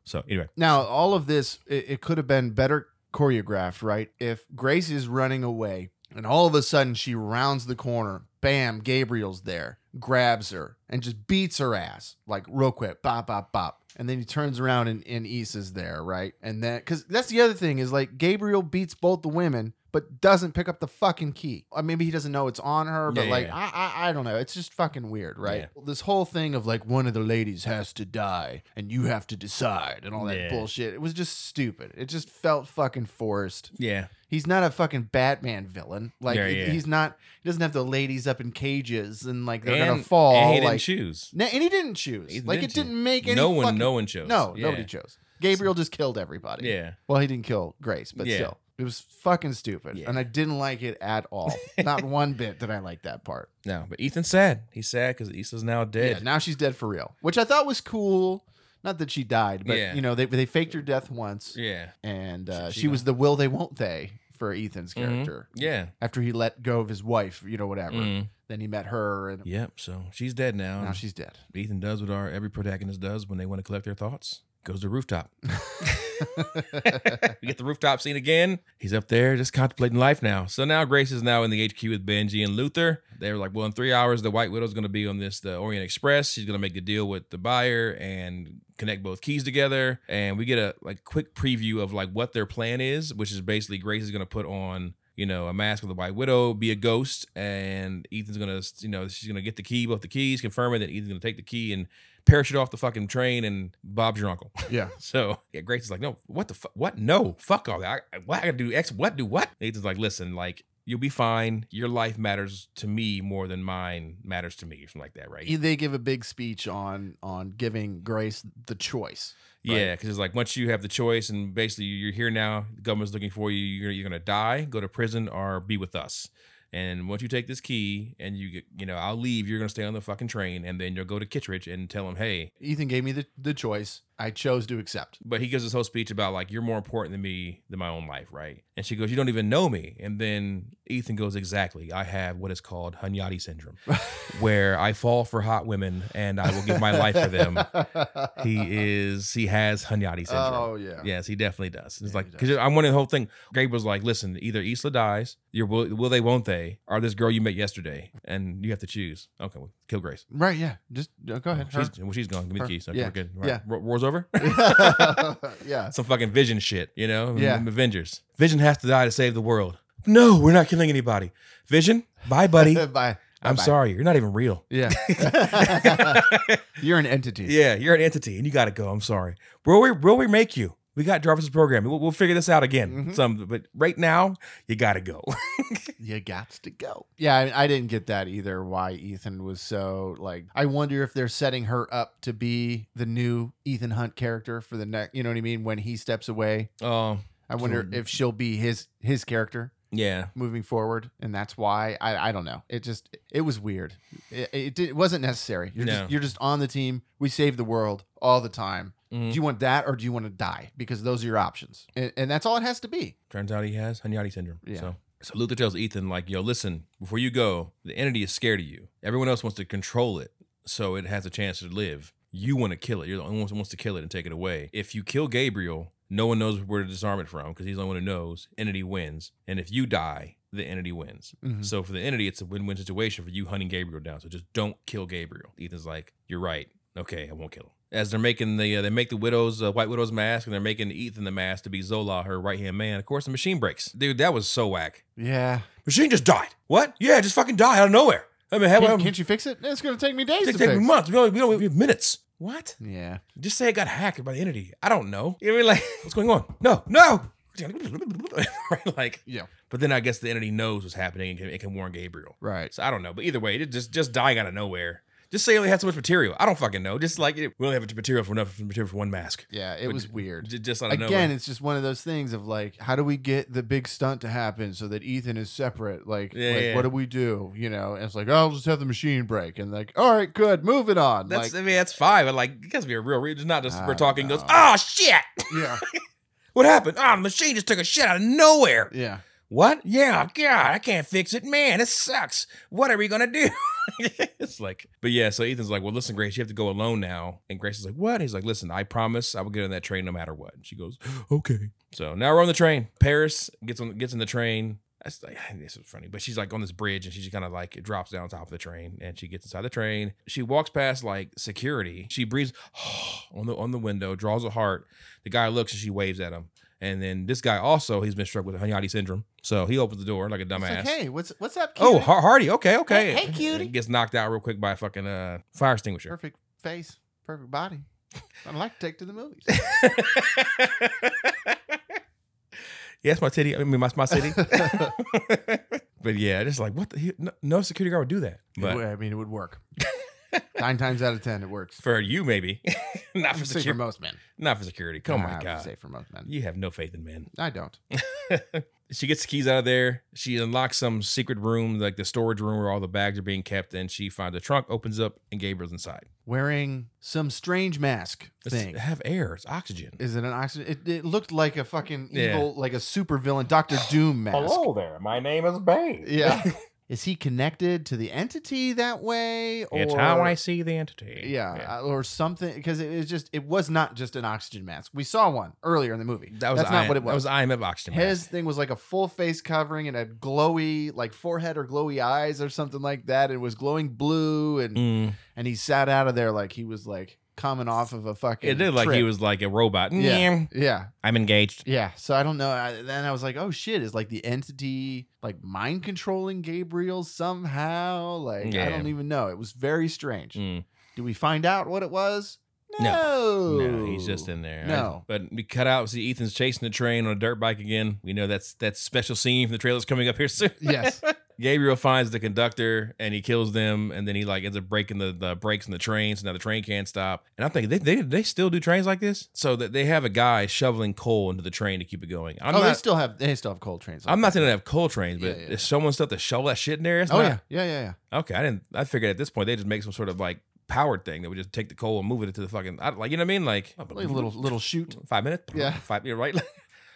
S1: So anyway,
S2: Now, all of this, it, it could have been better choreographed, right? If Grace is running away And all of a sudden, she rounds the corner. Bam, Gabriel's there, grabs her, and just beats her ass like real quick. Bop, bop, bop. And then he turns around and, and Issa is there, right? And then, because that's the other thing is like Gabriel beats both the women, but doesn't pick up the fucking key. Or maybe he doesn't know it's on her, but
S1: Yeah, yeah,
S2: like,
S1: yeah.
S2: I, I, I don't know. It's just fucking weird, right? This whole thing of like one of the ladies has to die and you have to decide and all that
S1: Yeah.
S2: bullshit. It was just stupid. It just felt fucking forced.
S1: Yeah.
S2: He's not a fucking Batman villain. Like
S1: Yeah,
S2: he-
S1: yeah.
S2: he's not. He doesn't have the ladies up in cages and like they're gonna
S1: And-
S2: fall.
S1: And he didn't
S2: like,
S1: choose.
S2: No, and he didn't choose.
S1: He
S2: like
S1: didn't
S2: it didn't make any.
S1: No one,
S2: fucking-
S1: no one chose.
S2: No,
S1: Yeah.
S2: nobody chose. Gabriel just killed everybody.
S1: Yeah.
S2: Well, he didn't kill Grace, but
S1: Yeah.
S2: still, it was fucking stupid,
S1: Yeah.
S2: and I didn't like it at
S1: (laughs)
S2: all. not one bit did I like that part.
S1: No, but Ethan's sad. He's sad because Issa's now
S2: Yeah,
S1: dead.
S2: now she's dead for real, which I thought was cool. Not that she died, but
S1: Yeah.
S2: you know they they faked her death once,
S1: Yeah.
S2: and uh,
S1: She- she
S2: she was the will they won't they for Ethan's
S1: Mhm.
S2: character.
S1: Yeah.
S2: after he let go of his wife, you know, whatever.
S1: Mm.
S2: Then he met her, and
S1: Yep. So she's dead now.
S2: now
S1: (laughs)
S2: she's dead. (laughs)
S1: Ethan does what our every protagonist does when they want to collect their thoughts. Goes to the rooftop. we get the rooftop scene again. He's up there just contemplating life now. So now Grace is now in the HQ with Benji and Luther. They were like, well, in three hours, the White Widow's going to be on this, the Orient Express. She's going to make the deal with the buyer and connect both keys together. And we get a like quick preview of like what their plan is, which is basically Grace is going to put on. You know, a mask with a white widow, be a ghost, and Ethan's gonna, you know, she's gonna get the key, both the keys, confirm it, then Ethan's gonna take the key and parachute off the fucking train, and Bob's your uncle.
S2: Yeah.
S1: So yeah, Grace is like, no, what the fuck? What? No, fuck all that. I, what I gotta do X? What do what? Nathan's like, listen, like you'll be fine. Your life matters to me more than mine matters to me, or something like that, right?
S2: They give a big speech on on giving Grace the choice.
S1: Yeah, because it's like once you have the choice, and basically you're here now. The government's looking for you. You're, you're gonna die, go to prison, or be with us. And once you take this key, and you get, you know, I'll leave. You're gonna stay on the fucking train, and then you'll go to Kittredge and tell him, hey,
S2: Ethan gave me the, the choice. I chose to accept.
S1: but he gives this whole speech about like you're more important than me than my own life, right? And she goes, "You don't even know me." And then Ethan goes, "Exactly. I have what is called Hunyadi
S2: (laughs)
S1: syndrome, where I fall for hot women and I will give my life for
S2: (laughs)
S1: them." He is he has Hunyadi syndrome.
S2: Oh yeah.
S1: Yes, he definitely does. It's
S2: Yeah,
S1: like
S2: he
S1: because
S2: does.
S1: I'm wondering the whole thing. Gabriel's like, listen, either Isla dies, your will, will they, won't they, or this girl you met yesterday, and you have to choose. Okay, well, kill Grace.
S2: Right. Yeah. Just uh, go ahead.
S1: She's, well, she's gone. Give me
S2: Her.
S1: the keys. Okay,
S2: Yeah.
S1: we're good. Right.
S2: Yeah.
S1: War- War's over. (laughs)
S2: her. (laughs) yeah.
S1: some fucking Vision shit, you know?
S2: Yeah.
S1: M- Avengers. Vision has to die to save the world. No, we're not killing anybody. Vision, bye, buddy.
S2: Bye.
S1: I'm
S2: (laughs) Bye-bye.
S1: sorry, you're not even real. (laughs)
S2: Yeah. (laughs) You're an entity.
S1: yeah, you're an entity and you got to go. I'm sorry. Will we will we make you? We got Jarvis's program. We'll, we'll figure this out again.
S2: Mhm.
S1: Some, but right now you got to go. (laughs)
S2: You got to go. Yeah, I, I didn't get that either. Why Ethan was so like? I wonder if they're setting her up to be the new Ethan Hunt character for the next. You know what I mean? When he steps away,
S1: Oh,
S2: I wonder
S1: Totally.
S2: if she'll be his his character
S1: yeah.
S2: moving forward, and that's why I I don't know. It just it was weird. It it, did, it wasn't necessary. You're
S1: No.
S2: just you're just on the team. We save the world all the time.
S1: Mhm.
S2: Do you want that or do you want to die? Because those are your options, and, and that's all it has to be.
S1: Turns out he has Hunyadi syndrome.
S2: Yeah.
S1: So. So Luther tells Ethan, like, yo, listen, before you go, the entity is scared of you. Everyone else wants to control it so it has a chance to live. You want to kill it. You're the only one who wants to kill it and take it away. If you kill Gabriel, no one knows where to disarm it from because he's the only one who knows. Entity wins. And if you die, the entity wins.
S2: Mhm.
S1: So for the entity, it's a win-win situation for you hunting Gabriel down. So just don't kill Gabriel. Ethan's like, you're right. Okay, I won't kill him. As they're making the uh, they make the widow's uh, white widow's mask, and they're making Ethan the mask to be Zola, her right hand man. Of course, the machine breaks. Dude, that was so whack.
S2: Yeah.
S1: Machine just died. What? Yeah, just fucking died out of nowhere. I mean, um, how
S2: Can,
S1: well,
S2: can't you fix it? It's going to take me days.
S1: take,
S2: to
S1: take
S2: fix.
S1: months. We don't, we don't we have minutes. What?
S2: Yeah.
S1: Just say it got hacked by the entity. I don't know. You know what I mean? Like, (laughs) what's going on? No, no. (laughs) Right, like,
S2: Yeah.
S1: but then I guess the entity knows what's happening and can, it can warn Gabriel.
S2: Right.
S1: So I don't know, but either way, it just just dying out of nowhere. Just say you only had so much material. I don't fucking know. Just like it, we only have material for enough material for one mask.
S2: Yeah, it
S1: But
S2: was
S1: j-
S2: weird.
S1: J- Just out of
S2: Again,
S1: nowhere.
S2: it's just one of those things of like, how do we get the big stunt to happen so that Ethan is separate? Like,
S1: Yeah,
S2: like
S1: yeah.
S2: what do we do? You know, and it's like, oh, I'll just have the machine break, and like, all right, good, moving on.
S1: That's
S2: like,
S1: I mean that's fine, but like it has to be a real reason. Not just
S2: I
S1: we're
S2: don't
S1: talking
S2: know.
S1: goes oh shit,
S2: yeah,
S1: what happened? Ah, the machine just took a shit out of nowhere. (laughs)
S2: yeah,
S1: What? Yeah, God, I can't fix it. Man, this sucks. What are we gonna do? (laughs) it's like, but yeah, so Ethan's like, Well, listen, Grace, you have to go alone now. And Grace is like, What? He's like, Listen, I promise I will get on (gasps) that train no matter what. And she goes, Okay. So now we're on the train. Paris gets on gets in the train. That's like, (sighs) this is funny, but she's like on this bridge and she's kind of like it drops down on top of the train and she gets inside the train. She walks past like security. She breathes (sighs) on the on the window, draws a heart. The guy looks and she waves at him. And then this guy also he's been struck with Hunyadi syndrome, so he opens the door like a
S2: It's
S1: dumbass.
S2: like, hey, what's what's up?
S1: Oh,
S2: cutie?
S1: Har- Hardy. Okay, okay.
S2: Hey- hey, cutie.
S1: Gets knocked out real quick by a fucking uh, fire
S2: (laughs)
S1: extinguisher.
S2: perfect face, perfect
S1: (laughs)
S2: body. I'd like to take to the movies.
S1: yes, my titty. I mean, my my
S2: (laughs)
S1: city. (laughs) but yeah, just like what the he- no, no security guard would do that.
S2: It
S1: But
S2: would- I mean, it would
S1: (laughs)
S2: work. Nine times out of ten, it works.
S1: for you, maybe (laughs) not for
S2: Safe for
S1: security.
S2: most men.
S1: Not for security. Come on,
S2: Nah,
S1: my
S2: I would
S1: god,
S2: say for most men.
S1: you have no faith in men.
S2: I don't.
S1: she gets the keys out of there. She unlocks some secret room, like the storage room where all the bags are being kept, and she finds a trunk, opens up, and Gabriel's inside.
S2: Wearing some strange mask
S1: It's-
S2: thing.
S1: have air. It's oxygen.
S2: Is it an oxygen? It, it looked like a fucking
S1: Yeah.
S2: evil, like a super villain, Doctor Doom mask.
S1: there. My name is Bane. (laughs)
S2: Yeah. Is he connected to the entity that way? Or,
S1: It's how I see the entity.
S2: Yeah, uh, or something. Because it was just, it was not just an oxygen mask. We saw one earlier in the movie.
S1: That was
S2: That's not what it
S1: That was IMF oxygen. mask.
S2: His thing was like a full face covering and had glowy, like forehead or glowy eyes or something like that. It was glowing blue, and
S1: Mm.
S2: and he sat out of there like he was like coming off of a fucking.
S1: It looked like he
S2: trip.
S1: was like a robot.
S2: Yeah.
S1: Yeah.
S2: Yeah,
S1: I'm engaged.
S2: yeah. So I don't know. I, then I was like, oh shit, is like the entity like mind controlling Gabriel somehow? Like I
S1: Yeah.
S2: don't even know. It was very strange.
S1: Mm.
S2: Do we find out what it was? No.
S1: No. No, he's just in there.
S2: No.
S1: But we cut out. See, Ethan's chasing the train on a dirt bike again. We know that's that special scene from the trailer's coming up here (laughs) soon.
S2: Yes.
S1: Gabriel finds the conductor and he kills them, and then he like ends up breaking the, the brakes in the train, so now the train can't stop. And I'm thinking they, they they still do trains like this, so that they have a guy shoveling coal into the train to keep it going. I'm
S2: oh, they
S1: not
S2: still have they still have cold trains. like
S1: I'm not
S2: that.
S1: saying they have coal trains, but
S2: Yeah, yeah.
S1: if someone's stuff to shovel that shit in there, it's
S2: Oh
S1: not-
S2: yeah, yeah, yeah, yeah.
S1: Okay, I didn't. I figured at this point they just make some sort of like powered thing that would just take the coal and move it to the fucking I- like you know what I mean like a
S2: Like a little little shoot.
S1: five minutes (laughs)
S2: Yeah.
S1: five you're right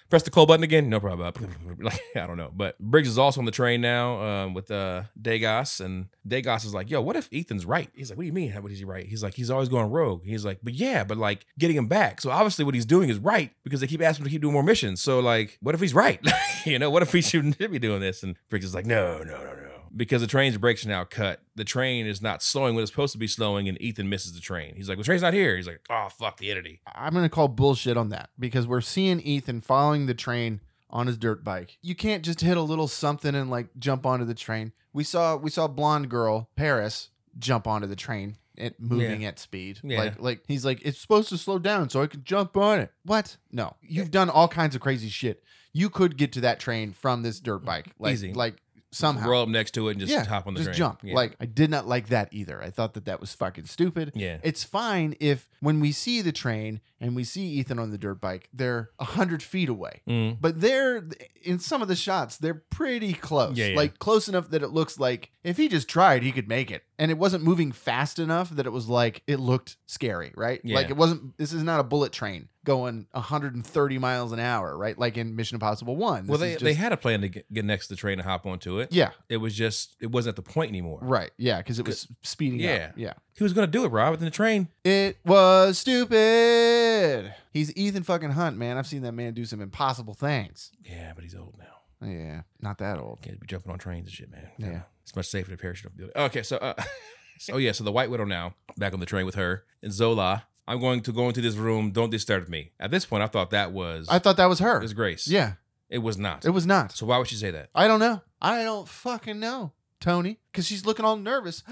S1: press the coal button again no problem (laughs) like I don't know but Briggs is also on the train now um, with uh Dagos and Dagos is like yo what if Ethan's right he's like what do you mean how what is he right he's like he's always going rogue he's like but yeah but like getting him back so obviously what he's doing is right because they keep asking him to keep doing more missions so like what if he's right (laughs) you know, what if we shouldn't (laughs) be doing this? And Briggs is like, no, no, no, no. Because the train's brakes are now cut. The train is not slowing when it's supposed to be slowing, and Ethan misses the train. He's like, well, the train's not here. He's like, oh, fuck the entity.
S2: I'm gonna call bullshit on that because we're seeing Ethan following the train on his dirt bike. You can't just hit a little something and like jump onto the train. We saw we saw blonde girl Paris jump onto the train at moving at speed.
S1: Yeah.
S2: Like like he's like it's supposed to slow down so I can jump on it. What? No, you've done all kinds of crazy shit. You could get to that train from this dirt bike. Like
S1: Mm, Easy.
S2: like somehow
S1: Roll up next to it and just hop on the
S2: just
S1: train.
S2: jump.
S1: Yeah.
S2: Like I did not like that either. I thought that that was fucking stupid.
S1: yeah.
S2: It's fine if when we see the train and we see Ethan on the dirt bike, they're a hundred feet away.
S1: Mm.
S2: But they're in some of the shots, they're pretty close.
S1: Yeah, yeah.
S2: Like close enough that it looks like if he just tried, he could make it. And it wasn't moving fast enough that it was like it looked scary, right?
S1: Yeah.
S2: Like it wasn't this is not a bullet train going 130 miles an hour, right? Like in Mission Impossible 1.
S1: Well,
S2: This
S1: they,
S2: is
S1: they
S2: just-
S1: had a plan to get, get next to the train and hop onto it.
S2: Yeah,
S1: It was just, it wasn't at the point anymore.
S2: right. Yeah, cuz it was speeding
S1: Yeah.
S2: up. Yeah.
S1: He was going to do it, Rob, but then the train.
S2: It was stupid. He's Ethan fucking Hunt, man. I've seen that man do some impossible things.
S1: Yeah, but he's old now.
S2: Yeah, not that old.
S1: Can't be jumping on trains and shit, man.
S2: Yeah.
S1: It's much safer to perish. than- Okay, so, uh, (laughs) so- oh yeah, so the White Widow now back on the train with her and Zola. I'm going to go into this room. Don't disturb me. At this point, I thought that was
S2: I thought that was her.
S1: it was Grace.
S2: Yeah,
S1: it was not.
S2: it was not.
S1: so why would she say that?
S2: I don't know. I don't fucking know, Tony, because she's looking all nervous.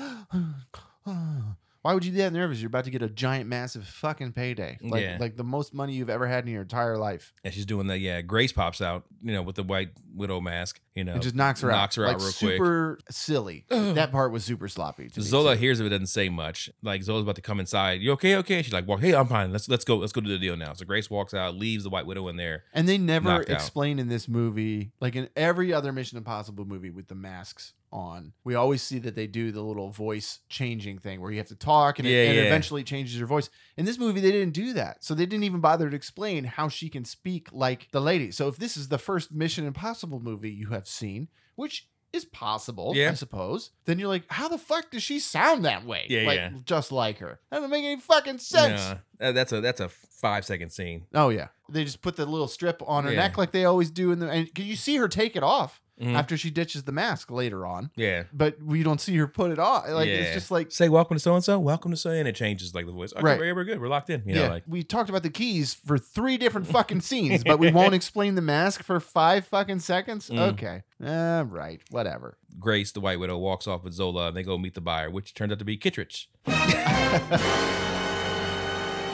S2: (gasps) Why would you be that nervous? You're about to get a giant, massive fucking payday, like
S1: Yeah.
S2: like the most money you've ever had in your entire life.
S1: And she's doing that. Yeah, Grace pops out, you know, with the White Widow mask. You know,
S2: It just knocks her out.
S1: knocks her out
S2: like,
S1: real quick.
S2: super
S1: (clears throat)
S2: silly.
S1: Ugh.
S2: that part was super sloppy. to me,
S1: Zola
S2: too.
S1: hears of it doesn't say much. Like Zola's about to come inside. You okay? Okay. She's like, well, hey, I'm fine. Let's let's go. Let's go do the deal now. So Grace walks out, leaves the White Widow in there.
S2: And they never
S1: knocked out.
S2: explain in this movie, like in every other Mission Impossible movie with the masks on, we always see that they do the little voice changing thing where you have to talk and, it,
S1: Yeah,
S2: and it
S1: yeah.
S2: eventually changes your voice. In this movie, they didn't do that. So they didn't even bother to explain how she can speak like the lady. So if this is the first Mission Impossible movie you have seen, which is possible,
S1: Yeah.
S2: I suppose, then you're like, how the fuck does she sound that way?
S1: Yeah,
S2: like,
S1: yeah.
S2: Just like her. That doesn't make any fucking sense.
S1: Yeah. Uh, that's a that's a five second scene.
S2: Oh yeah, they just put the little strip on her
S1: Yeah.
S2: neck like they always do in the and 'cause you see her take it off.
S1: Mhm.
S2: after she ditches the mask later on.
S1: yeah.
S2: But we don't see her put it on. Like
S1: Yeah.
S2: it's just like
S1: Say welcome to so and so, welcome to so, and it changes like the voice. Okay,
S2: Right.
S1: we're, we're good. We're locked in. You know,
S2: yeah,
S1: like
S2: we talked about the keys for three different fucking scenes,
S1: (laughs)
S2: but we won't explain the mask for five fucking seconds.
S1: Mm.
S2: Okay, uh, right, whatever.
S1: Grace, the White Widow, walks off with Zola, and they go meet the buyer, which turned out to be Kittredge.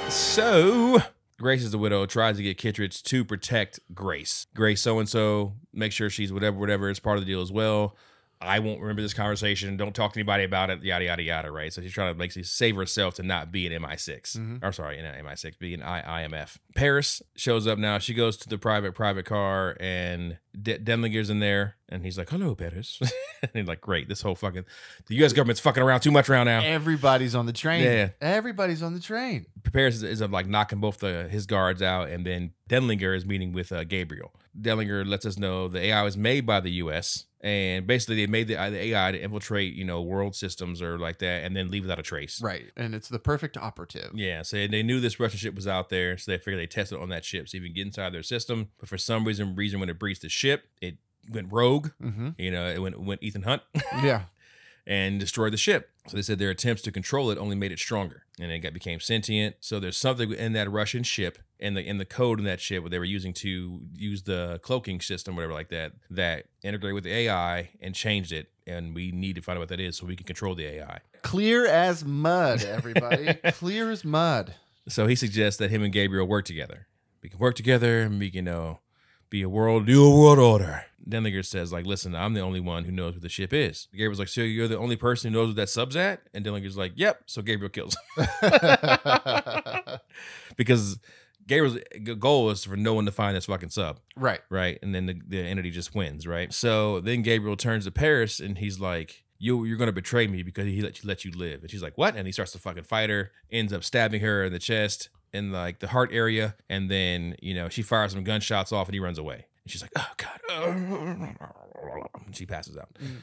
S1: so Grace is the widow, tries to get Kittredge to protect Grace. Grace, so and so, make sure she's whatever, whatever is part of the deal as well. I won't remember this conversation. Don't talk to anybody about it. Yada yada yada. Right. So she's trying to like save herself to not be an MI6.
S2: Mhm.
S1: Or sorry, not MI6, be an I- IMF. Paris shows up now. She goes to the private private car, and De- Demlinger's in there, and he's like, "Hello, Paris." and he's like, "Great, this whole fucking the U.S. government's fucking around too much around now."
S2: Everybody's on the train.
S1: Yeah.
S2: everybody's on the train.
S1: Paris is, is uh, like knocking both the, his guards out, and then Denlinger is meeting with uh, Gabriel. Denlinger lets us know the AI was made by the U.S. and basically they made the, uh, the AI to infiltrate, you know, world systems or like that, and then leave without a trace.
S2: Right, and it's the perfect operative.
S1: Yeah, so they knew this Russian ship was out there, so they figured they tested on that ship, so you can get inside their system. But for some reason, reason when it breached the ship, it went rogue.
S2: Mm-hmm.
S1: You know, it went went Ethan Hunt
S2: yeah.
S1: and destroyed the ship. So they said their attempts to control it only made it stronger, and it got became sentient. So there's something in that Russian ship and the in the code in that ship what they were using to use the cloaking system, whatever like that, that integrated with the AI and changed it. And we need to find out what that is so we can control the AI.
S2: Clear as
S1: (laughs)
S2: mud, everybody. Clear as mud. (laughs)
S1: So he suggests that him and Gabriel work together. We can work together and we can uh, be a world do a world order. Denlinger says, like, listen, I'm the only one who knows what the ship is. Gabriel's like, so you're the only person who knows what that sub's at? And Denlinger's like, yep. So Gabriel kills him. (laughs) because Gabriel's g- goal is for no one to find this fucking sub,
S2: right.
S1: right? And then the, the entity just wins, right? So then Gabriel turns to Paris and he's like, you, you're gonna betray me because he let you let you live, and she's like, "What?" And he starts to fucking fight her, ends up stabbing her in the chest, in like the heart area, and then you know she fires some gunshots off, and he runs away. And she's like, "Oh god," (laughs) and she passes out.
S2: Mm.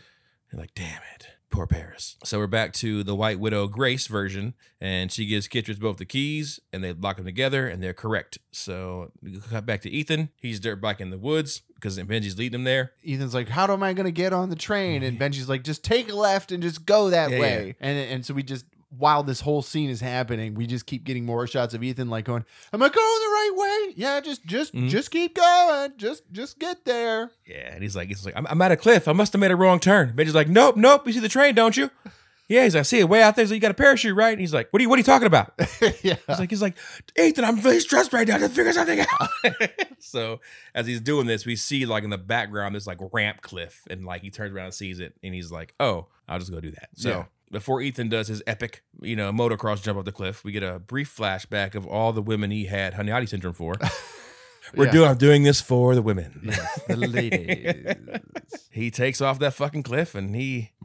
S1: And like, damn it, poor Paris. So we're back to the White Widow Grace version, and she gives Kittredge both the keys, and they lock them together, and they're correct. So we cut back to Ethan. He's dirt back in the woods because Benji's leading him there.
S2: Ethan's like, "How am I going to get on the train?" And Benji's like, "Just take a left and just go that
S1: Mm-hmm. Yeah,
S2: way." And and so we just while this whole scene is happening, we just keep getting more shots of Ethan like going, "Am I going the right way?" Yeah, just just
S1: Mhm.
S2: just keep going, just just get there. (laughs)
S1: Yeah, and he's like, he's like, I'm, I'm at a cliff. I must have made a wrong turn. Benji's like, nope, nope. You see the train, don't you? (laughs) Yeah, he's like, I see it way out there. So you got a parachute, right? And he's like, what are you, what are you talking about?
S2: yeah,
S1: He's like, he's like, Ethan, I'm really stressed right now. Just figure something out. (laughs) so as he's doing this, we see like in the background this like ramp cliff, and like he turns around and sees it, and he's like, oh, I'll just go do that. So
S2: Yeah.
S1: before Ethan does his epic, you know, motocross jump off the cliff, we get a brief flashback of all the women he had Hunyadi syndrome (laughs) for. We're
S2: (laughs) Yeah.
S1: doing, I'm doing this for the women.
S2: Yes, the ladies.
S1: He takes off that fucking cliff and he. (laughs)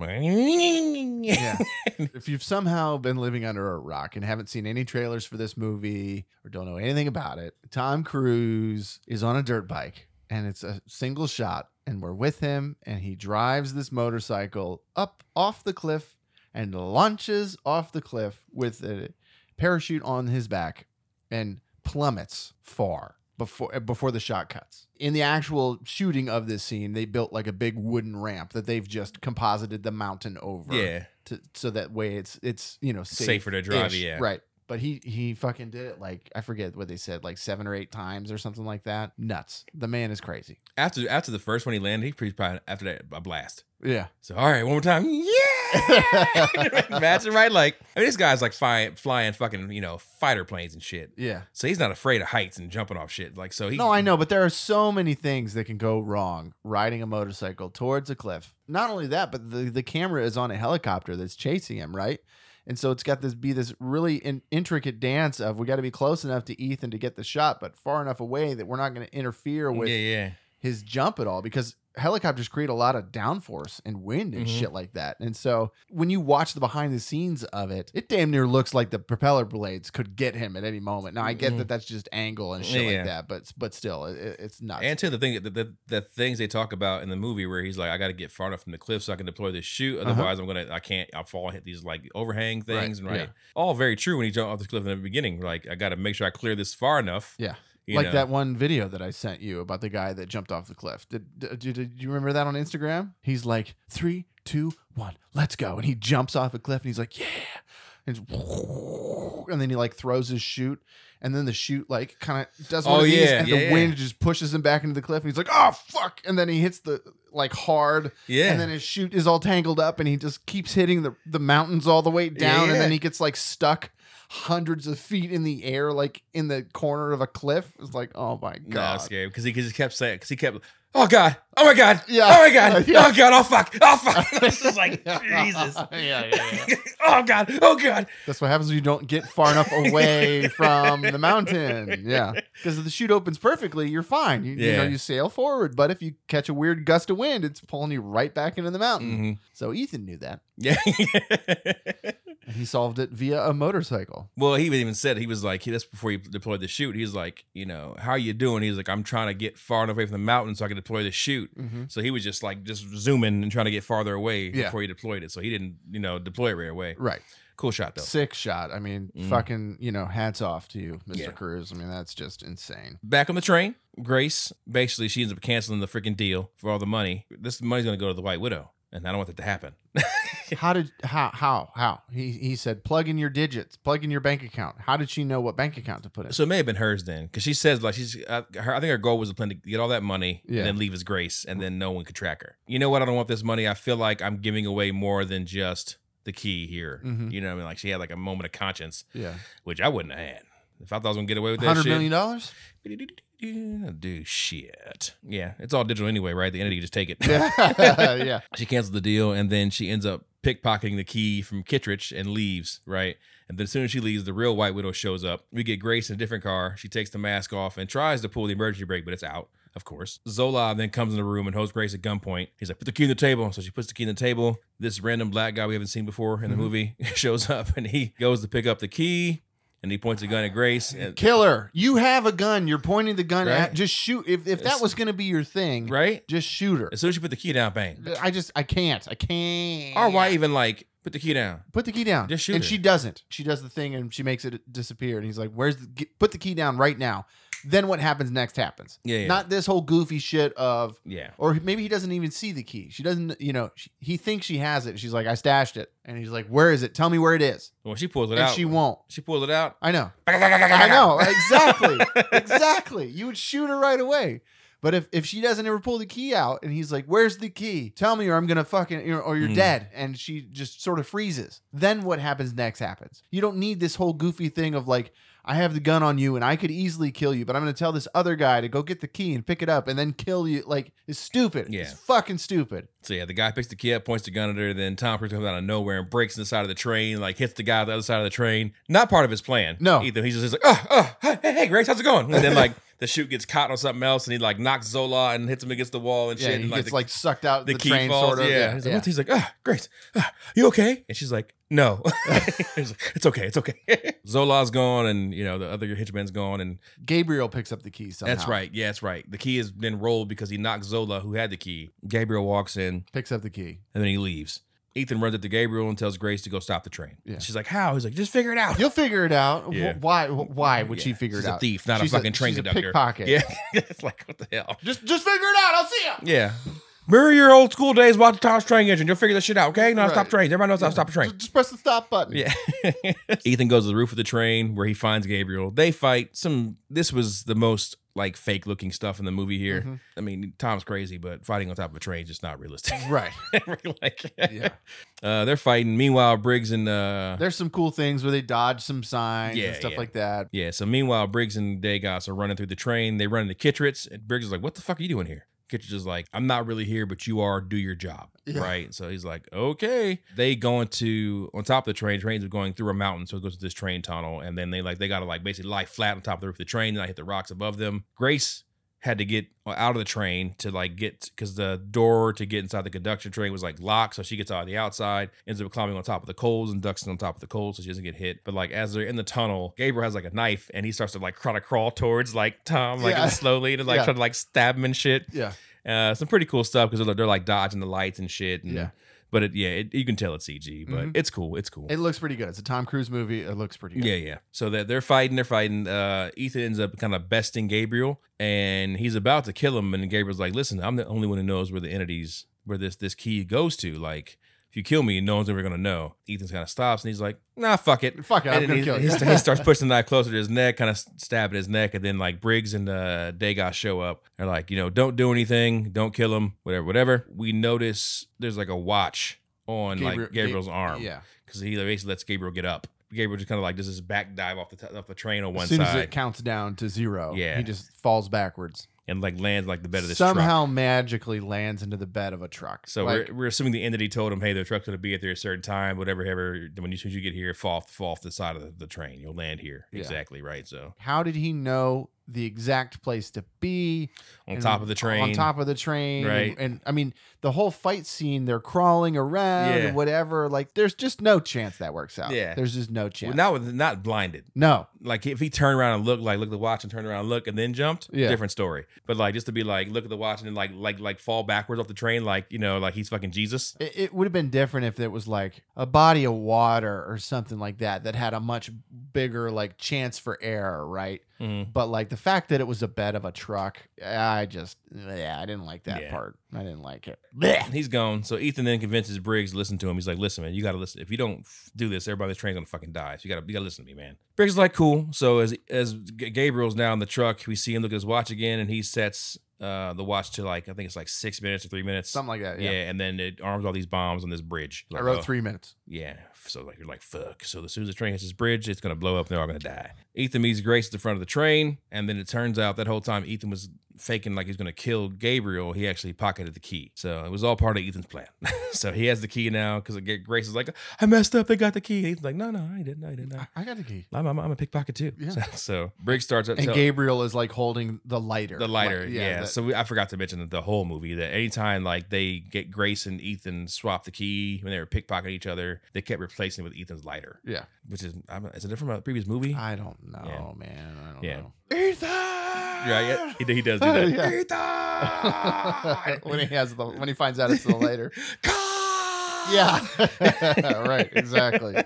S2: yeah. If you've somehow been living under a rock and haven't seen any trailers for this movie or don't know anything about it, Tom Cruise is on a dirt bike and it's a single shot and we're with him and he drives this motorcycle up off the cliff and launches off the cliff with a parachute on his back and plummets far before before the shot cuts. In the actual shooting of this scene, they built like a big wooden ramp that they've just composited the mountain over
S1: Yeah.
S2: to, so that way it's it's you know safe
S1: Safer to drive,
S2: ish,
S1: yeah.
S2: right but he he fucking did it like i forget what they said like seven or eight times or something like that nuts the man is crazy
S1: After after the first one he landed, he pretty probably after that a blast.
S2: yeah
S1: So all right, one more time. Yeah. (laughs) Imagine right like I mean this guy's like flying flying fucking, you know, fighter planes and shit.
S2: yeah
S1: So he's not afraid of heights and jumping off shit. Like so he
S2: no i know but there are so many things that can go wrong riding a motorcycle towards a cliff not only that but the, the camera is on a helicopter that's chasing him right and so it's got this be this really in, intricate dance of we got to be close enough to ethan to get the shot but far enough away that we're not going to interfere with
S1: Yeah, yeah.
S2: his jump at all because helicopters create a lot of downforce and wind and
S1: Mhm.
S2: shit like that. And so when you watch the behind the scenes of it, it damn near looks like the propeller blades could get him at any moment. Now I get
S1: Mhm.
S2: that that's just angle and shit
S1: Yeah.
S2: like that, but but still, it, it- it's nuts.
S1: And too, the thing, the, the, the things they talk about in the movie where he's like, I got to get far enough from the cliff so I can deploy this chute.
S2: Uh-huh.
S1: Otherwise, I'm gonna, I can't, I'll fall and hit these like overhang
S2: Right,
S1: things. And right,
S2: yeah.
S1: all very true. When he jumped off the cliff in the beginning, like I got to make sure I clear this far enough.
S2: Yeah.
S1: You
S2: like
S1: know?
S2: that one video that I sent you about the guy that jumped off the cliff. Did, did, did, did you remember that on Instagram? He's like, three, two, one, let's go. And he jumps off a cliff and he's like, yeah. And, it's- (laughs) and then he like throws his chute. And then the chute like kind of does one
S1: Oh,
S2: of these,
S1: yeah,
S2: and
S1: yeah,
S2: the
S1: yeah.
S2: wind just pushes him back into the cliff. And he's like, oh, fuck. And then he hits the like hard.
S1: Yeah.
S2: And then his chute is all tangled up and he just keeps hitting the, the mountains all the way down.
S1: yeah.
S2: And then he gets like stuck hundreds of feet in the air, like in the corner of a cliff. It's like, oh my
S1: no, I was
S2: God.
S1: scared because he just kept saying because he kept. Oh god! Oh my god!
S2: Yeah.
S1: Oh my (laughs) god!
S2: (laughs) Yeah.
S1: Oh god! Oh fuck! Oh (laughs) fuck! It's just like (laughs) Jesus.
S2: yeah, yeah, yeah.
S1: oh god! Oh god!
S2: That's what happens when you don't get far
S1: (laughs)
S2: enough away from the mountain. Yeah. Because if the chute opens perfectly, you're fine. You, you know,
S1: Yeah.
S2: you sail forward. But if you catch a weird gust of wind, it's pulling you right back into the mountain.
S1: Mhm.
S2: So Ethan knew that.
S1: Yeah.
S2: And he solved it via a motorcycle.
S1: (laughs) Well, he even said he was like he, that's before he deployed the shoot. He's like, you know, how you doing? He's like, I'm trying to get far enough away from the mountain so I can deploy the shoot.
S2: Mm-hmm.
S1: So he was just like just zooming and trying to get farther away
S2: Yeah.
S1: before he deployed it. So he didn't, you know, deploy it right away.
S2: Right.
S1: Cool shot though.
S2: Sick shot. I mean,
S1: Mm.
S2: fucking, you know, hats off to you, Mr.
S1: Yeah.
S2: Cruz. I mean, that's just insane.
S1: Back on the train, Grace basically she ends up canceling the freaking deal for all the money. This money's gonna go to the White Widow, and I don't want that to happen.
S2: How did how how how he he said plug in your digits, plug in your bank account. How did she know what bank account to put in?
S1: So it may have been hers then, because she says like she's uh, her. I think her goal was to plan to get all that money
S2: Yeah.
S1: and then leave as grace, and then no one could track her. You know what? I don't want this money. I feel like I'm giving away more than just the key here.
S2: Mhm.
S1: You know, what I mean, like she had like a moment of conscience,
S2: yeah,
S1: which I wouldn't have had if I thought I was gonna get away with that
S2: hundred
S1: shit. (laughs)
S2: million dollars.
S1: Do shit. Yeah, it's all digital anyway, right? The entity just take it.
S2: yeah, (laughs)
S1: (laughs)
S2: yeah.
S1: she canceled the deal and then she ends up pickpocketing the key from Kittredge and leaves, right? And then as soon as she leaves, the real White Widow shows up. We get Grace in a different car. She takes the mask off and tries to pull the emergency brake, but it's out, of course. Zolov then comes in the room and holds Grace at gunpoint. He's like, put the key on the table. So she puts the key on the table. This random black guy we haven't seen before in the
S2: Mhm.
S1: movie (laughs) shows up and he goes to pick up the key and he points a gun at Grace. And,
S2: Killer, you have a gun. You're pointing the gun at.
S1: Right.
S2: Just shoot. If if that
S1: It's-
S2: was gonna be your thing,
S1: right?
S2: just shoot her.
S1: As soon as she put the key down, bang.
S2: I just I can't. I can't.
S1: Or why even like, put the key down?
S2: Put the key down.
S1: Just shoot
S2: And
S1: her.
S2: she doesn't. She does the thing and she makes it disappear. And he's like, "Where's the get, put the key down right now?" Then what happens next happens.
S1: Yeah, yeah.
S2: Not this whole goofy shit of,
S1: yeah.
S2: or maybe he doesn't even see the key. She doesn't, you know. She, he thinks she has it. and She's like, "I stashed it," and he's like, "Where is it? Tell me where it is."
S1: Well, she pulls it
S2: and
S1: out.
S2: she won't.
S1: She pulls it out. (laughs)
S2: I know.
S1: I
S2: I know exactly, exactly. You would shoot her right away. But if, if she doesn't ever pull the key out and he's like, "Where's the key? Tell me, or I'm gonna fucking or, or you're
S1: Mm.
S2: dead," and she just sort of freezes, then what happens next happens. You don't need this whole goofy thing of like, "I have the gun on you and I could easily kill you, but I'm gonna tell this other guy to go get the key and pick it up and then kill you." Like, it's stupid.
S1: Yeah.
S2: It's fucking stupid.
S1: (laughs) So yeah, the guy picks the kid, up, points the gun at her. Then Tom Cruise comes out of nowhere and breaks inside of the train, like hits the guy on the other side of the train. Not part of his plan.
S2: No.
S1: either he's just like, oh, oh, hey, hey, hey, Grace, how's it going? And then like the shoot gets caught on something else, and he like knocks Zola and hits him against the wall and
S2: Yeah,
S1: shit.
S2: he
S1: and,
S2: gets
S1: the-
S2: like sucked out
S1: the,
S2: the,
S1: key
S2: train
S1: falls.
S2: sort of.
S1: yeah. He's like, "What's-" he's like, ah, Grace, ah, you okay? And she's like, no. (laughs) He's like, it's okay, it's okay. (laughs) Zola's gone, and you know the other hitchman's gone, and
S2: Gabriel picks up the key somehow.
S1: that's right. Yeah, that's right. The key has been rolled because he knocked Zola, who had the key. Gabriel walks in.
S2: Picks up the key.
S1: And then he leaves. Ethan runs up to Gabriel and tells Grace to go stop the train.
S2: Yeah.
S1: She's like, "How?" He's like, "Just figure it out."
S2: You'll figure it out. Wh-
S1: Yeah.
S2: Why? wh- Why would she
S1: Yeah.
S2: figure
S1: she's
S2: it
S1: A
S2: out?
S1: thief, not
S2: She's
S1: a fucking train
S2: she's a
S1: conductor.
S2: pickpocket.
S1: yeah, (laughs) it's like what the hell?
S2: Just, just figure it out. I'll see you.
S1: Yeah. Remember your old school days. Watch the Thomas train engine. You'll figure this shit out, okay? No,
S2: Right.
S1: stop trains. Everybody knows how to stop a train.
S2: Just, just press the stop button.
S1: Yeah. Ethan goes to the roof of the train where he finds Gabriel. They fight. Some. This was the most like fake looking stuff in the movie here.
S2: Mhm.
S1: I mean, Tom's crazy, but fighting on top of a train is just not realistic.
S2: Right.
S1: (laughs) like,
S2: Yeah.
S1: uh, they're fighting. Meanwhile, Briggs and uh,
S2: There's some cool things where they dodge some signs
S1: Yeah,
S2: and stuff
S1: yeah.
S2: like that.
S1: Yeah. So meanwhile, Briggs and Dagos are running through the train. They run into Kittredge, and Briggs is like, "What the fuck are you doing here?" Kittredge is like, "I'm not really here, but you are. Do your job,
S2: Yeah.
S1: right?" So he's like, "Okay." They go into on top of the train. Trains are going through a mountain, so it goes to this train tunnel, and then they like they gotta like basically lie flat on top of the roof of the train, and I hit the rocks above them. Grace had to get uh, out of the train to like get because the door to get inside the conduction train was like locked. So she gets out of the outside, ends up climbing on top of the coals and ducks on top of the coals so she doesn't get hit. But like as they're in the tunnel, Gabriel has like a knife and he starts to like try to crawl towards like Tom like
S2: Yeah.
S1: slowly to like
S2: Yeah.
S1: try to like stab him and shit.
S2: Yeah.
S1: Uh, some pretty cool stuff because they're, they're like dodging the lights and shit. And
S2: Yeah.
S1: But it, yeah, it, you can tell it's CG, but
S2: Mhm.
S1: it's cool. It's cool.
S2: It looks pretty good. It's a Tom Cruise movie. It looks pretty good.
S1: Yeah, yeah. So that they're fighting, they're fighting. Uh, Ethan ends up kind of besting Gabriel, and he's about to kill him. And Gabriel's like, "Listen, I'm the only one who knows where the entities, where this this key goes to. Like, if you kill me, no one's ever gonna know." Ethan's kind of stops, and he's like, "Nah, fuck it."
S2: Fuck it. I'm
S1: and
S2: gonna
S1: then
S2: kill
S1: he,
S2: you.
S1: he, he
S2: (laughs)
S1: starts pushing the knife closer to his neck, kind of stabbing his neck, and then like Briggs and uh, Dagoth show up. They're like, you know, don't do anything, don't kill him, whatever, whatever. We notice there's like a watch on
S2: Gabriel-
S1: like Gabriel's arm
S2: Yeah.
S1: because he basically lets Gabriel get up. Gabriel just kind of like does this back dive off the t- off the train on one
S2: as soon as
S1: side
S2: it counts down to zero,
S1: Yeah.
S2: he just falls backwards.
S1: and like lands like the bed of this truck.
S2: Somehow magically lands into the bed of a truck.
S1: So
S2: Like,
S1: we're, we're assuming the entity told him, "Hey, the truck's going to be at there at a certain time, whatever. Ever when you as soon as you get here, fall off, fall off the side of the, the train, you'll land here."
S2: Yeah.
S1: Exactly right. So
S2: how did he know the exact place to be?
S1: on
S2: and
S1: top of the train,
S2: On top of the train.
S1: Right.
S2: And, and, I mean, the whole fight scene, they're crawling around
S1: Yeah.
S2: and whatever. Like, there's just no chance that works out.
S1: Yeah.
S2: There's just no
S1: Well,
S2: chance.
S1: not with not blinded.
S2: no.
S1: Like if he turned around and looked, like look at the watch and turned around and look and then jumped,
S2: Yeah.
S1: different story. But like just to be like look at the watch and then like like like fall backwards off the train, like you know, like he's fucking Jesus.
S2: It, it would have been different if it was like a body of water or something like that that had a much bigger, like, chance for error, right?
S1: Mhm.
S2: But like the fact that it was a bed of a truck, I just yeah, I didn't like that
S1: Yeah.
S2: part. I didn't
S1: (laughs)
S2: like it.
S1: (clears throat) He's gone. So Ethan then convinces Briggs to listen to him. He's like, "Listen, man, you gotta listen. If you don't f- do this, everybody on this train's gonna fucking die. So you gotta you gotta listen to me, man." Briggs is like, "Cool." So as as G- Gabriel's now in the truck, we see him look at his watch again, and he sets uh the watch to like I think it's like six minutes or three minutes.
S2: Something like that.
S1: yeah.
S2: Yeah.
S1: and then it arms all these bombs on this bridge.
S2: I
S1: Like,
S2: wrote
S1: oh.
S2: three minutes.
S1: Yeah. So like you're like, fuck. So as soon as the train hits this bridge, it's gonna blow up and they're all gonna die. Ethan meets Grace at the front of the train, and then it turns out that whole time Ethan was faking like he was gonna kill Gabriel. He actually pocketed the key. So it was all part of Ethan's plan. (laughs) so he has the key now because Grace is like, I messed up, they got the key. And Ethan's like, No, no, I didn't, I didn't. I-
S2: I, I got the key.
S1: I'm, I'm, I'm a pickpocket too.
S2: Yeah.
S1: So, (laughs) so Briggs starts up.
S2: And
S1: so-
S2: Gabriel is like holding the lighter.
S1: the lighter,
S2: Like,
S1: yeah.
S2: that-
S1: so we, I forgot to mention that the whole movie that anytime like they get Grace and Ethan swap the key when they were pickpocketing each other, they kept replacing it with Ethan's lighter.
S2: Yeah.
S1: which is I'm, is it from a previous movie?
S2: I don't know, man. I don't
S1: Yeah.
S2: know. Ethan.
S1: yeah, yeah, (laughs) he, he does do that.
S2: (laughs) Yeah.
S1: Ethan!
S2: (laughs)
S1: (laughs)
S2: when he has the when he finds out it's the lighter.
S1: Come!
S2: yeah. (laughs) right. Exactly. (laughs)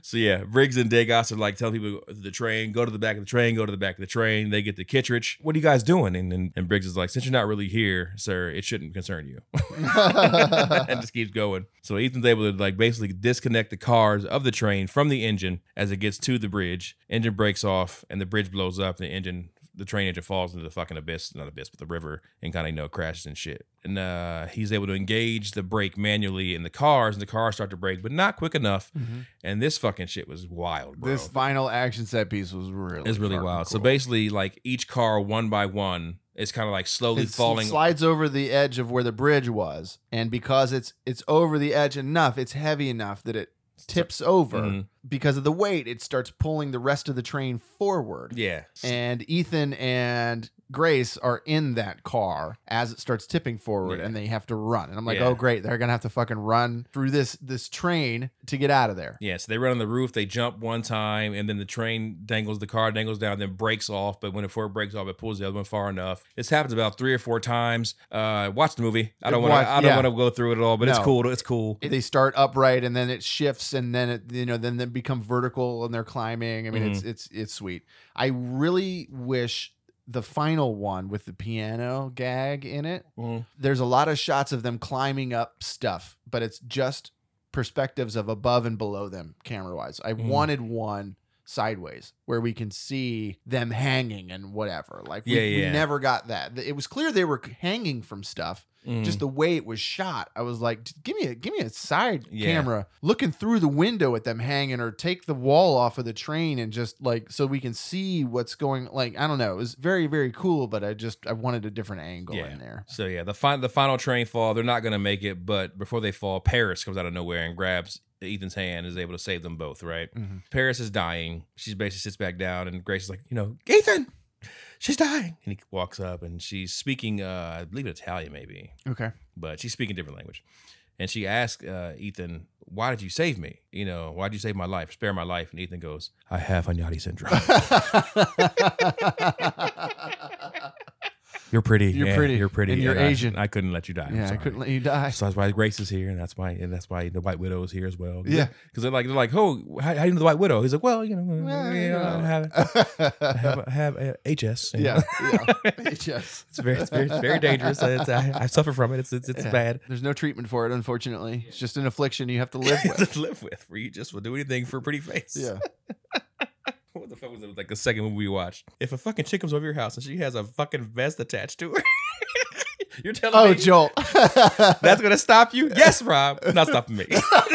S1: So yeah, Briggs and Dagos are like telling people the train, go to the back of the train, go to the back of the train. They get the Kittredge. What are you guys doing? And, and and Briggs is like, since you're not really here, sir, it shouldn't concern you. (laughs) and just keeps going. So Ethan's able to like basically disconnect the cars of the train from the engine as it gets to the bridge. Engine breaks off and the bridge blows up. And the engine, the train engine falls into the fucking abyss, not abyss, but the river, and kind of you know crashes and shit. And uh, he's able to engage the brake manually in the cars, and the cars start to brake, but not quick enough. And this fucking shit was wild, bro.
S2: Mm-hmm. This final action set piece was really
S1: it's really
S2: fucking
S1: wild. So
S2: cool.
S1: basically, like each car one by one is kind of like slowly
S2: it
S1: falling.
S2: slides over the edge of where the bridge was and because it's it's over the edge enough it's heavy enough that it tips over
S1: Mhm.
S2: because of the weight it starts pulling the rest of the train forward
S1: Yeah.
S2: and ethan and grace are in that car as it starts tipping forward
S1: Yeah.
S2: and they have to run and i'm like
S1: Yeah.
S2: oh great they're gonna have to fucking run through this this train to get out of there
S1: Yeah, so they run on the roof, they jump one time, and then the train dangles, the car dangles down, then breaks off. But when it before it breaks off, it pulls the other one far enough. This happens about three or four times. Uh, watch the movie. I don't want
S2: Watch-
S1: to. I don't
S2: yeah.
S1: want to go through it at all, but it's
S2: No.
S1: cool. It's cool.
S2: they start upright and then it shifts and then it you know then they become vertical and they're climbing. I mean
S1: Mm-hmm.
S2: it's it's it's sweet. I really wish the final one with the piano gag in it.
S1: Mhm.
S2: There's a lot of shots of them climbing up stuff, but it's just perspectives of above and below them camera wise. I
S1: Mhm.
S2: wanted one sideways where we can see them hanging and whatever. Like we,
S1: Yeah,
S2: we
S1: yeah.
S2: never got that. It was clear they were hanging from stuff,
S1: Mhm.
S2: just the way it was shot i was like "Just give me a give me a side
S1: Yeah.
S2: camera looking through the window at them hanging or take the wall off of the train and just like so we can see what's going like i don't know it was very very cool but i just i wanted a different angle
S1: Yeah.
S2: in there
S1: So yeah, the final the final train fall. They're not gonna make it, but before they fall, Paris comes out of nowhere and grabs Ethan's hand, and is able to save them both. Right.
S2: Mhm.
S1: Paris is dying. She basically sits back down, and Grace is like, you know, Ethan, she's dying, and he walks up, and she's speaking, uh, I believe Italian, maybe.
S2: okay
S1: but she's speaking different language. And she asked uh, Ethan, "Why did you save me? You know, why did you save my life, spare my life?" And Ethan goes, "I
S2: (laughs)
S1: have Hunyadi syndrome." You're pretty.
S2: You're
S1: yeah,
S2: pretty.
S1: You're pretty.
S2: And you're
S1: I-
S2: Asian."
S1: I, couldn't let you die. I'm
S2: yeah, I
S1: sorry.
S2: couldn't let you die.
S1: So that's why Grace is here, and that's why, and that's why the White Widow is here as well.
S2: (laughs) Yeah.
S1: because they're like, they're like, oh, how, how do you know the White Widow? He's like, well, you know,
S2: Well,
S1: you
S2: you
S1: know, I
S2: know.
S1: have, I have, I have uh, HS. you know.
S2: yeah, yeah. (laughs) Yes.
S1: (laughs) it's very, it's very, it's
S2: (laughs)
S1: very dangerous. It's, I, I suffer from it. It's, it's, it's
S2: Yeah.
S1: bad. (laughs)
S2: There's no treatment for it, unfortunately. It's just an affliction you have to live
S1: (laughs)
S2: with.
S1: to live with, where you just will do anything for a pretty face.
S2: yeah.
S1: (laughs) What the fuck was it? Like the second movie we watched. If a fucking chick comes over your house and she has a fucking vest attached to her, (laughs) you're telling
S2: Oh,
S1: me
S2: Joel.
S1: (laughs)
S2: (laughs)
S1: that's gonna stop you? Yes, Rob. Not stopping me.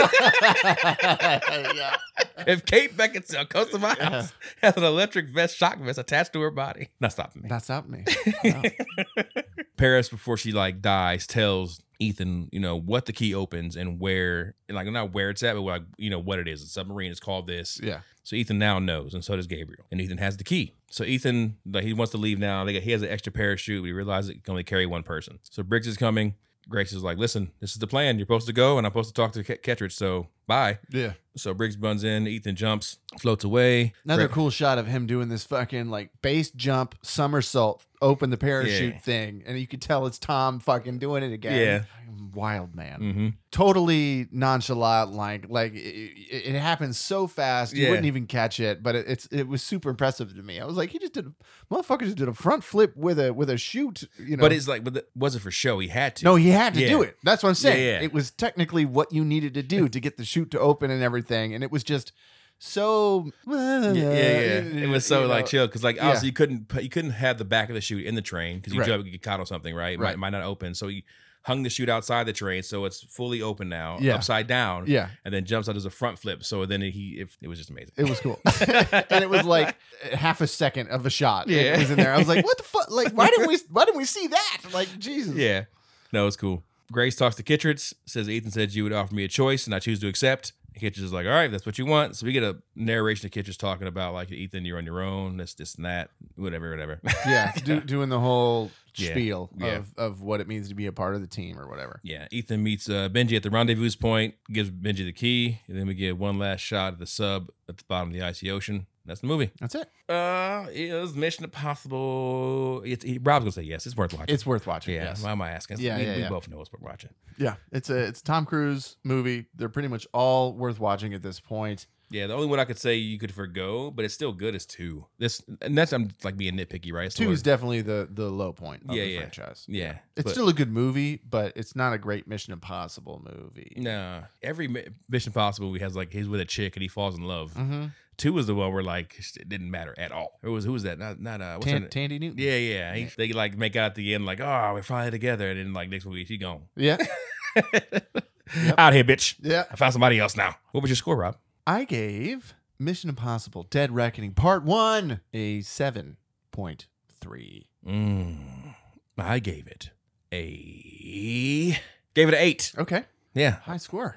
S1: (laughs)
S2: yeah.
S1: if Kate Beckinsale comes to my house has an electric vest, shock vest attached to her body, not stopping me.
S2: Not stopping me.
S1: (laughs)
S2: No.
S1: Paris, before she like dies, tells Ethan, you know, what the key opens and where, and like not where it's at, but like you know what it is. The submarine is called this.
S2: Yeah.
S1: So Ethan now knows, and so does Gabriel. And Ethan has the key. So Ethan, like he wants to leave now. They got, he has an extra parachute, but he realizes it can only carry one person. So Briggs is coming. Grace is like, listen, this is the plan. You're supposed to go, and I'm supposed to talk to Ke- Ketridge. So bye.
S2: Yeah.
S1: So Briggs buns in. Ethan jumps, floats away.
S2: Another
S1: Gra-
S2: cool shot of him doing this fucking like base jump somersault, open the parachute
S1: Yeah.
S2: thing, and you could tell it's Tom fucking doing it again.
S1: Yeah.
S2: Fucking Wild man,
S1: Mhm.
S2: totally nonchalant, like like it, it it happens so fast you
S1: Yeah.
S2: wouldn't even catch it. But it, it's it was super impressive to me. I was like, he just did, a, motherfucker just did a front flip with a with a shoot. You know,
S1: But it's like, but it wasn't for show. He had to.
S2: no, he had to
S1: Yeah.
S2: do it. That's what I'm saying.
S1: yeah.
S2: It was technically what you needed
S1: (laughs)
S2: to do to get the chute to open and everything, and it was just so
S1: yeah,
S2: yeah,
S1: yeah, yeah. It was so like chill because like
S2: yeah.
S1: obviously you couldn't put, you couldn't have the back of the chute in the train because you
S2: Right.
S1: jump you get caught on something right, It might-
S2: Right.
S1: It might not open so he hung the chute outside the train so it's fully open now
S2: Yeah.
S1: upside down
S2: Yeah,
S1: and then jumps out as a front flip so then he if, it was just amazing
S2: it
S1: (laughs)
S2: was cool, and it was like half a second of a shot. that
S1: Yeah.
S2: was in there. I was like, what the fuck? Like, why didn't we? Why didn't we see that? Like, Jesus.
S1: yeah no it's cool grace talks to kittredge says ethan said you would offer me a choice and i choose to accept And kittredge is like all right if that's what you want so we get a narration of kittredge talking about like ethan you're on your own this this and that whatever whatever (laughs)
S2: yeah. Do, doing the whole
S1: Yeah.
S2: spiel
S1: Yeah.
S2: of of what it means to be a part of the team or whatever.
S1: Yeah, Ethan meets uh, Benji at the rendezvous point, gives Benji the key, and then we get one last shot of the sub at the bottom of the icy ocean. That's the movie.
S2: That's it.
S1: Uh, is Mission Impossible? It's, he, Rob's gonna say yes. It's worth watching.
S2: It's worth watching.
S1: yeah.
S2: yes.
S1: Why am I asking?
S2: Yeah,
S1: we,
S2: yeah,
S1: we
S2: yeah.
S1: both know it's worth watching.
S2: Yeah, it's a it's a Tom Cruise movie. They're pretty much all worth watching at this point.
S1: Yeah, the only one I could say you could forgo, but it's still good is two. This and that's I'm like being nitpicky, right? It's
S2: Two
S1: the
S2: is definitely the the low point of
S1: Yeah,
S2: the
S1: yeah.
S2: franchise.
S1: one- yeah,
S2: It's
S1: but-
S2: still a good movie, but it's not a great Mission Impossible movie.
S1: nah. Every Mi- Mission Impossible he has like he's with a chick and he falls in love.
S2: Mm-hmm.
S1: Two was the one where like it didn't matter at all. Who was who was that? Not not uh. What's her
S2: Tan-
S1: name?
S2: Tandy Newton.
S1: Yeah, yeah. He, they like make out at the end, like, oh, we're finally together. And then like next week, she gone. (laughs)
S2: yeah,
S1: Out here, bitch.
S2: yeah.
S1: I found somebody else now. What was your score, Rob?
S2: I gave Mission Impossible: Dead Reckoning Part One a seven point three.
S1: Mm, I gave it a gave it an eight.
S2: Okay,
S1: Yeah,
S2: high score.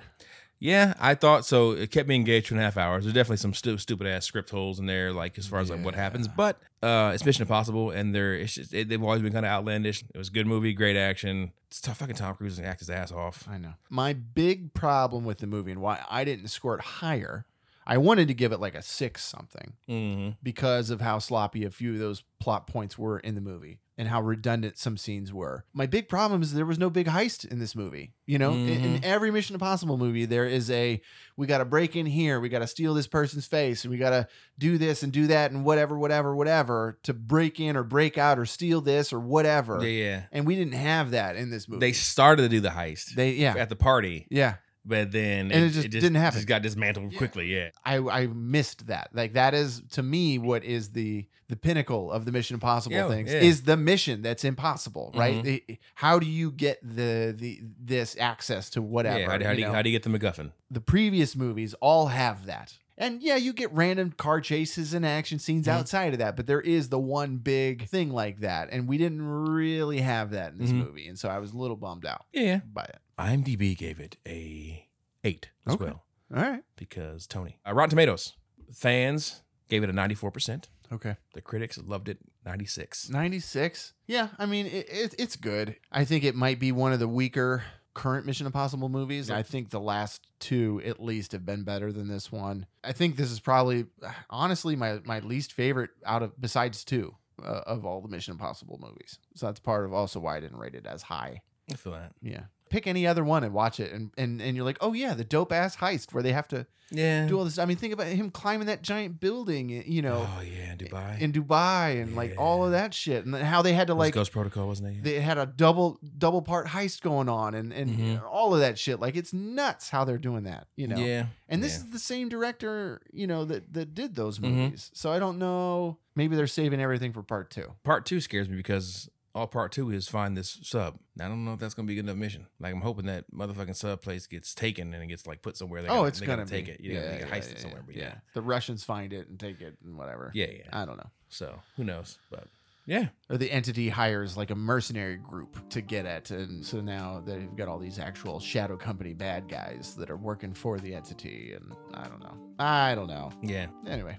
S1: yeah. I thought so. It kept me engaged for a half hours. There's definitely some stu- stupid ass script holes in there, like as far as like what happens.
S2: Yeah.
S1: But uh, it's Mission Impossible, and they're it's just, it, they've always been kind of outlandish. It was a good movie, great action. It's tough. Fucking Tom Cruise and act his ass off.
S2: I know. My big problem with the movie and why I didn't score it higher. I wanted to give it like a six something.
S1: Mm-hmm.
S2: because of how sloppy a few of those plot points were in the movie and how redundant some scenes were. My big problem is there was no big heist in this movie. You know, in, in every Mission Impossible movie, there is a we got to break in here, we got to steal this person's face, and we got to do this and do that and whatever, whatever, whatever to break in or break out or steal this or whatever.
S1: Yeah, yeah.
S2: And we didn't have that in this movie.
S1: They started to do the heist
S2: they yeah
S1: at the party.
S2: yeah.
S1: but then
S2: And it just didn't happen.
S1: Just got dismantled
S2: Yeah.
S1: quickly. Yeah,
S2: I, I missed that. Like that is to me what is the the pinnacle of the Mission Impossible
S1: Yeah,
S2: things
S1: yeah. Mm-hmm.
S2: is the mission that's impossible, right? The- how do you get the the this access to whatever?
S1: yeah. How, do- how
S2: you
S1: do you,
S2: know?
S1: how do you get the MacGuffin?
S2: the previous movies all have that. And yeah, you get random car chases and action scenes
S1: Mhm.
S2: outside of that, but there is the one big thing like that, and we didn't really have that in this
S1: Mhm.
S2: movie, and so I was a little bummed out
S1: Yeah,
S2: by it.
S1: IMDb gave it a eight as
S2: Okay.
S1: well
S2: All right,
S1: because Tony. Uh, Rotten Tomatoes fans gave it a ninety four percent.
S2: okay.
S1: The critics loved it ninety six.
S2: 96 yeah i mean it, it, it's good i think it might be one of the weaker current mission impossible movies i think the last two at least have been better than this one i think this is probably honestly my, my least favorite out of besides two uh, of all the Mission Impossible movies. So that's part of also why I didn't rate it as high.
S1: I feel that.
S2: Yeah. Pick any other one and watch it, and and, and you're like, oh yeah, the dope ass heist where they have to
S1: Yeah.
S2: do all this. I mean, think about him climbing that giant building,
S1: (sighs)
S2: you know,
S1: oh yeah, Dubai.
S2: in Dubai and like all of
S1: Yeah.
S2: that shit, and then how they had to
S1: It was
S2: like
S1: Ghost Protocol, wasn't it?
S2: they had a double double part heist going on, and and
S1: Mhm.
S2: all of that shit. Like it's nuts how they're doing that, you know.
S1: Yeah.
S2: And this
S1: Yeah.
S2: is the same director, you know, that that did those
S1: Mhm.
S2: movies. So I don't know. Maybe they're saving everything for part two.
S1: Part two scares me because all part two is find this sub. I don't know if that's gonna be a good enough mission. Like I'm hoping that motherfucking sub place gets taken and it gets like put somewhere. They
S2: oh,
S1: gotta-
S2: it's
S1: they
S2: gonna
S1: gotta take
S2: be.
S1: it. You yeah, gotta, they gotta heist it somewhere. but
S2: yeah.
S1: yeah.
S2: the Russians find it and take it and whatever.
S1: yeah, yeah,
S2: I don't know.
S1: So who knows? But yeah,
S2: Or the entity hires like a mercenary group to get it, and so now they've got all these actual shadow company bad guys that are working for the entity, and I don't know. I don't know.
S1: yeah,
S2: Anyway,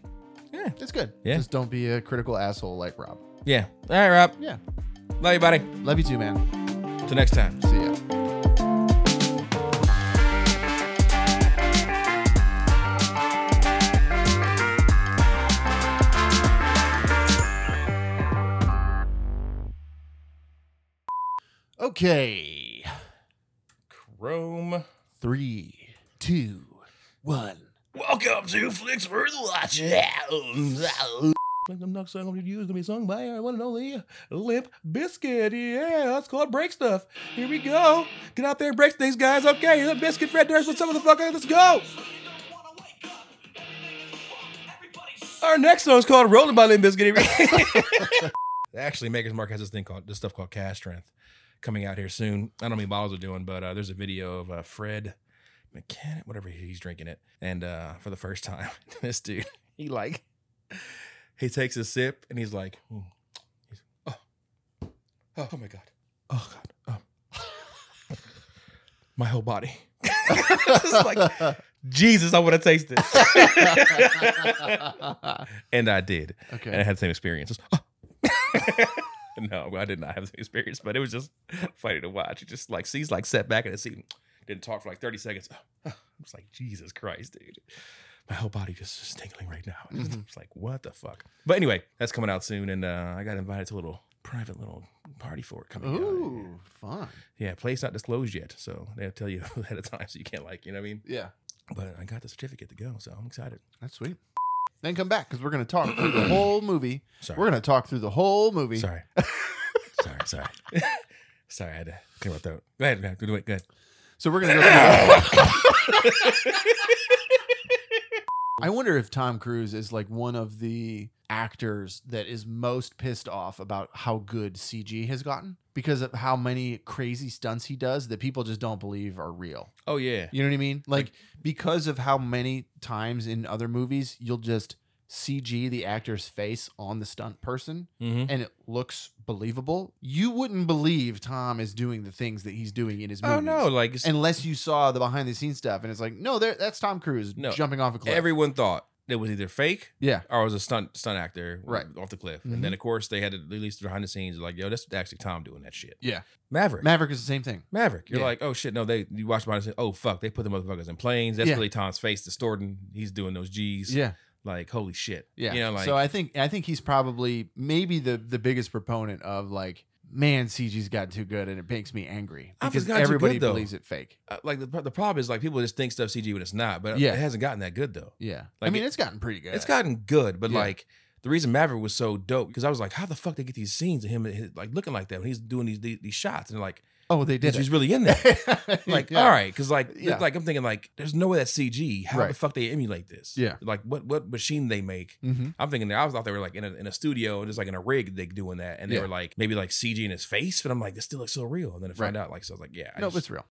S1: yeah,
S2: it's good.
S1: Yeah.
S2: Just don't be a critical asshole like Rob.
S1: yeah. All right, Rob.
S2: Yeah.
S1: Love you, buddy.
S2: Love you too, man.
S1: Till next time.
S2: See ya. Okay.
S1: Chrome.
S2: Three, two, one.
S1: Welcome to Flicks Worth Watching. I'm not song I'm going to use to be sung by our one and only Limp Biscuit. Yeah, it's called Break Stuff. Here we go. Get out there and break things, guys. Okay, Limp Biscuit, Fred Durst, what's up with the fuck? Let's go. Our next song is called Rolling by Limp Biscuit. (laughs) Actually, Maker's Mark has this thing called this stuff called Cash Strength coming out here soon. I don't know how many bottles are doing, but uh, there's a video of uh, Fred mechanic, whatever he's drinking it. And uh, for the first time, (laughs) this dude, he
S2: (laughs)
S1: like, he takes a sip and he's like, hmm. He's, oh, oh, oh my god, oh god, oh. (laughs) my whole body. (laughs) It's like, Jesus, I want to taste this. and I did, and I (laughs)
S2: okay.
S1: had the same experience. Just, "Oh." (laughs) no, I did not have the same experience, but it was just funny to watch. It just like sees like sat back in the seat, didn't talk for like thirty seconds. I was like, Jesus Christ, dude. My whole body just is tingling right now. It's
S2: Mhm.
S1: like, what the fuck? But anyway, that's coming out soon, and uh, I got invited to a little private little party for it coming out.
S2: Ooh, fun.
S1: Yeah, place not disclosed yet, so they'll tell you (laughs) ahead of time, so you can't like, you know what I mean?
S2: Yeah.
S1: But I got the certificate to go, so I'm excited.
S2: That's sweet. Then come back because we're going to talk through the whole movie.
S1: Sorry.
S2: We're going to talk through the whole movie.
S1: Sorry. (laughs) sorry, sorry. sorry, I had to clear my throat. Go ahead, man. Go ahead. Go ahead.
S2: So we're going to go through. I wonder if Tom Cruise is like one of the actors that is most pissed off about how good CG has gotten because of how many crazy stunts he does that people just don't believe are real.
S1: Oh yeah.
S2: You know what I mean? Like because of how many times in other movies you'll just CG the actor's face on the stunt person
S1: Mm-hmm.
S2: and it looks believable. You wouldn't believe Tom is doing the things that he's doing in his movies.
S1: Oh no, like it's-
S2: Unless you saw the behind the scenes stuff and it's like, no, there that's Tom Cruise
S1: No.
S2: jumping off a cliff.
S1: everyone thought it was either fake
S2: yeah.
S1: or it was a stunt stunt actor
S2: Right.
S1: off the cliff.
S2: Mhm.
S1: And then of course they had to release behind the scenes like, yo, that's actually Tom doing that shit.
S2: Yeah.
S1: Maverick.
S2: Maverick is the same thing.
S1: Maverick. You're
S2: Yeah.
S1: like, oh shit, no, they you watch behind the scenes, oh fuck, they put the motherfuckers in planes. That's
S2: Yeah.
S1: really Tom's face distorting. He's doing those G's.
S2: Yeah.
S1: Like, holy shit.
S2: Yeah.
S1: You know, like
S2: so I think I think he's probably maybe the the biggest proponent of like, man, CG's gotten too good and it makes me angry
S1: Alpha's
S2: because
S1: gotten too
S2: everybody
S1: good, though.
S2: believes it fake.
S1: uh, like the, pro- the problem is like people just think stuff CG when it's not, but
S2: Yeah.
S1: it hasn't gotten that good though.
S2: Yeah, I
S1: Like,
S2: mean,
S1: it-
S2: it's gotten pretty good.
S1: It's gotten good, but
S2: Yeah.
S1: like the reason Maverick was so dope because I was like, how the fuck they get these scenes of him and his- like looking like that when he's doing these these, these shots and like
S2: oh, they did
S1: he's
S2: it.
S1: really in there. (laughs) Like
S2: (laughs) Yeah.
S1: all right, because like
S2: Yeah.
S1: like I'm thinking like there's no way that's CG. How the
S2: Right.
S1: fuck they emulate this?
S2: Yeah.
S1: like what what machine they make?
S2: Mhm.
S1: I'm thinking I was thought they were like in a, in a studio, just like in a rig, they doing that, and they
S2: Yeah.
S1: were like maybe like CG in his face, but I'm like this still looks so real. And then I found out like so I was like yeah, I
S2: No,
S1: just-
S2: it's real.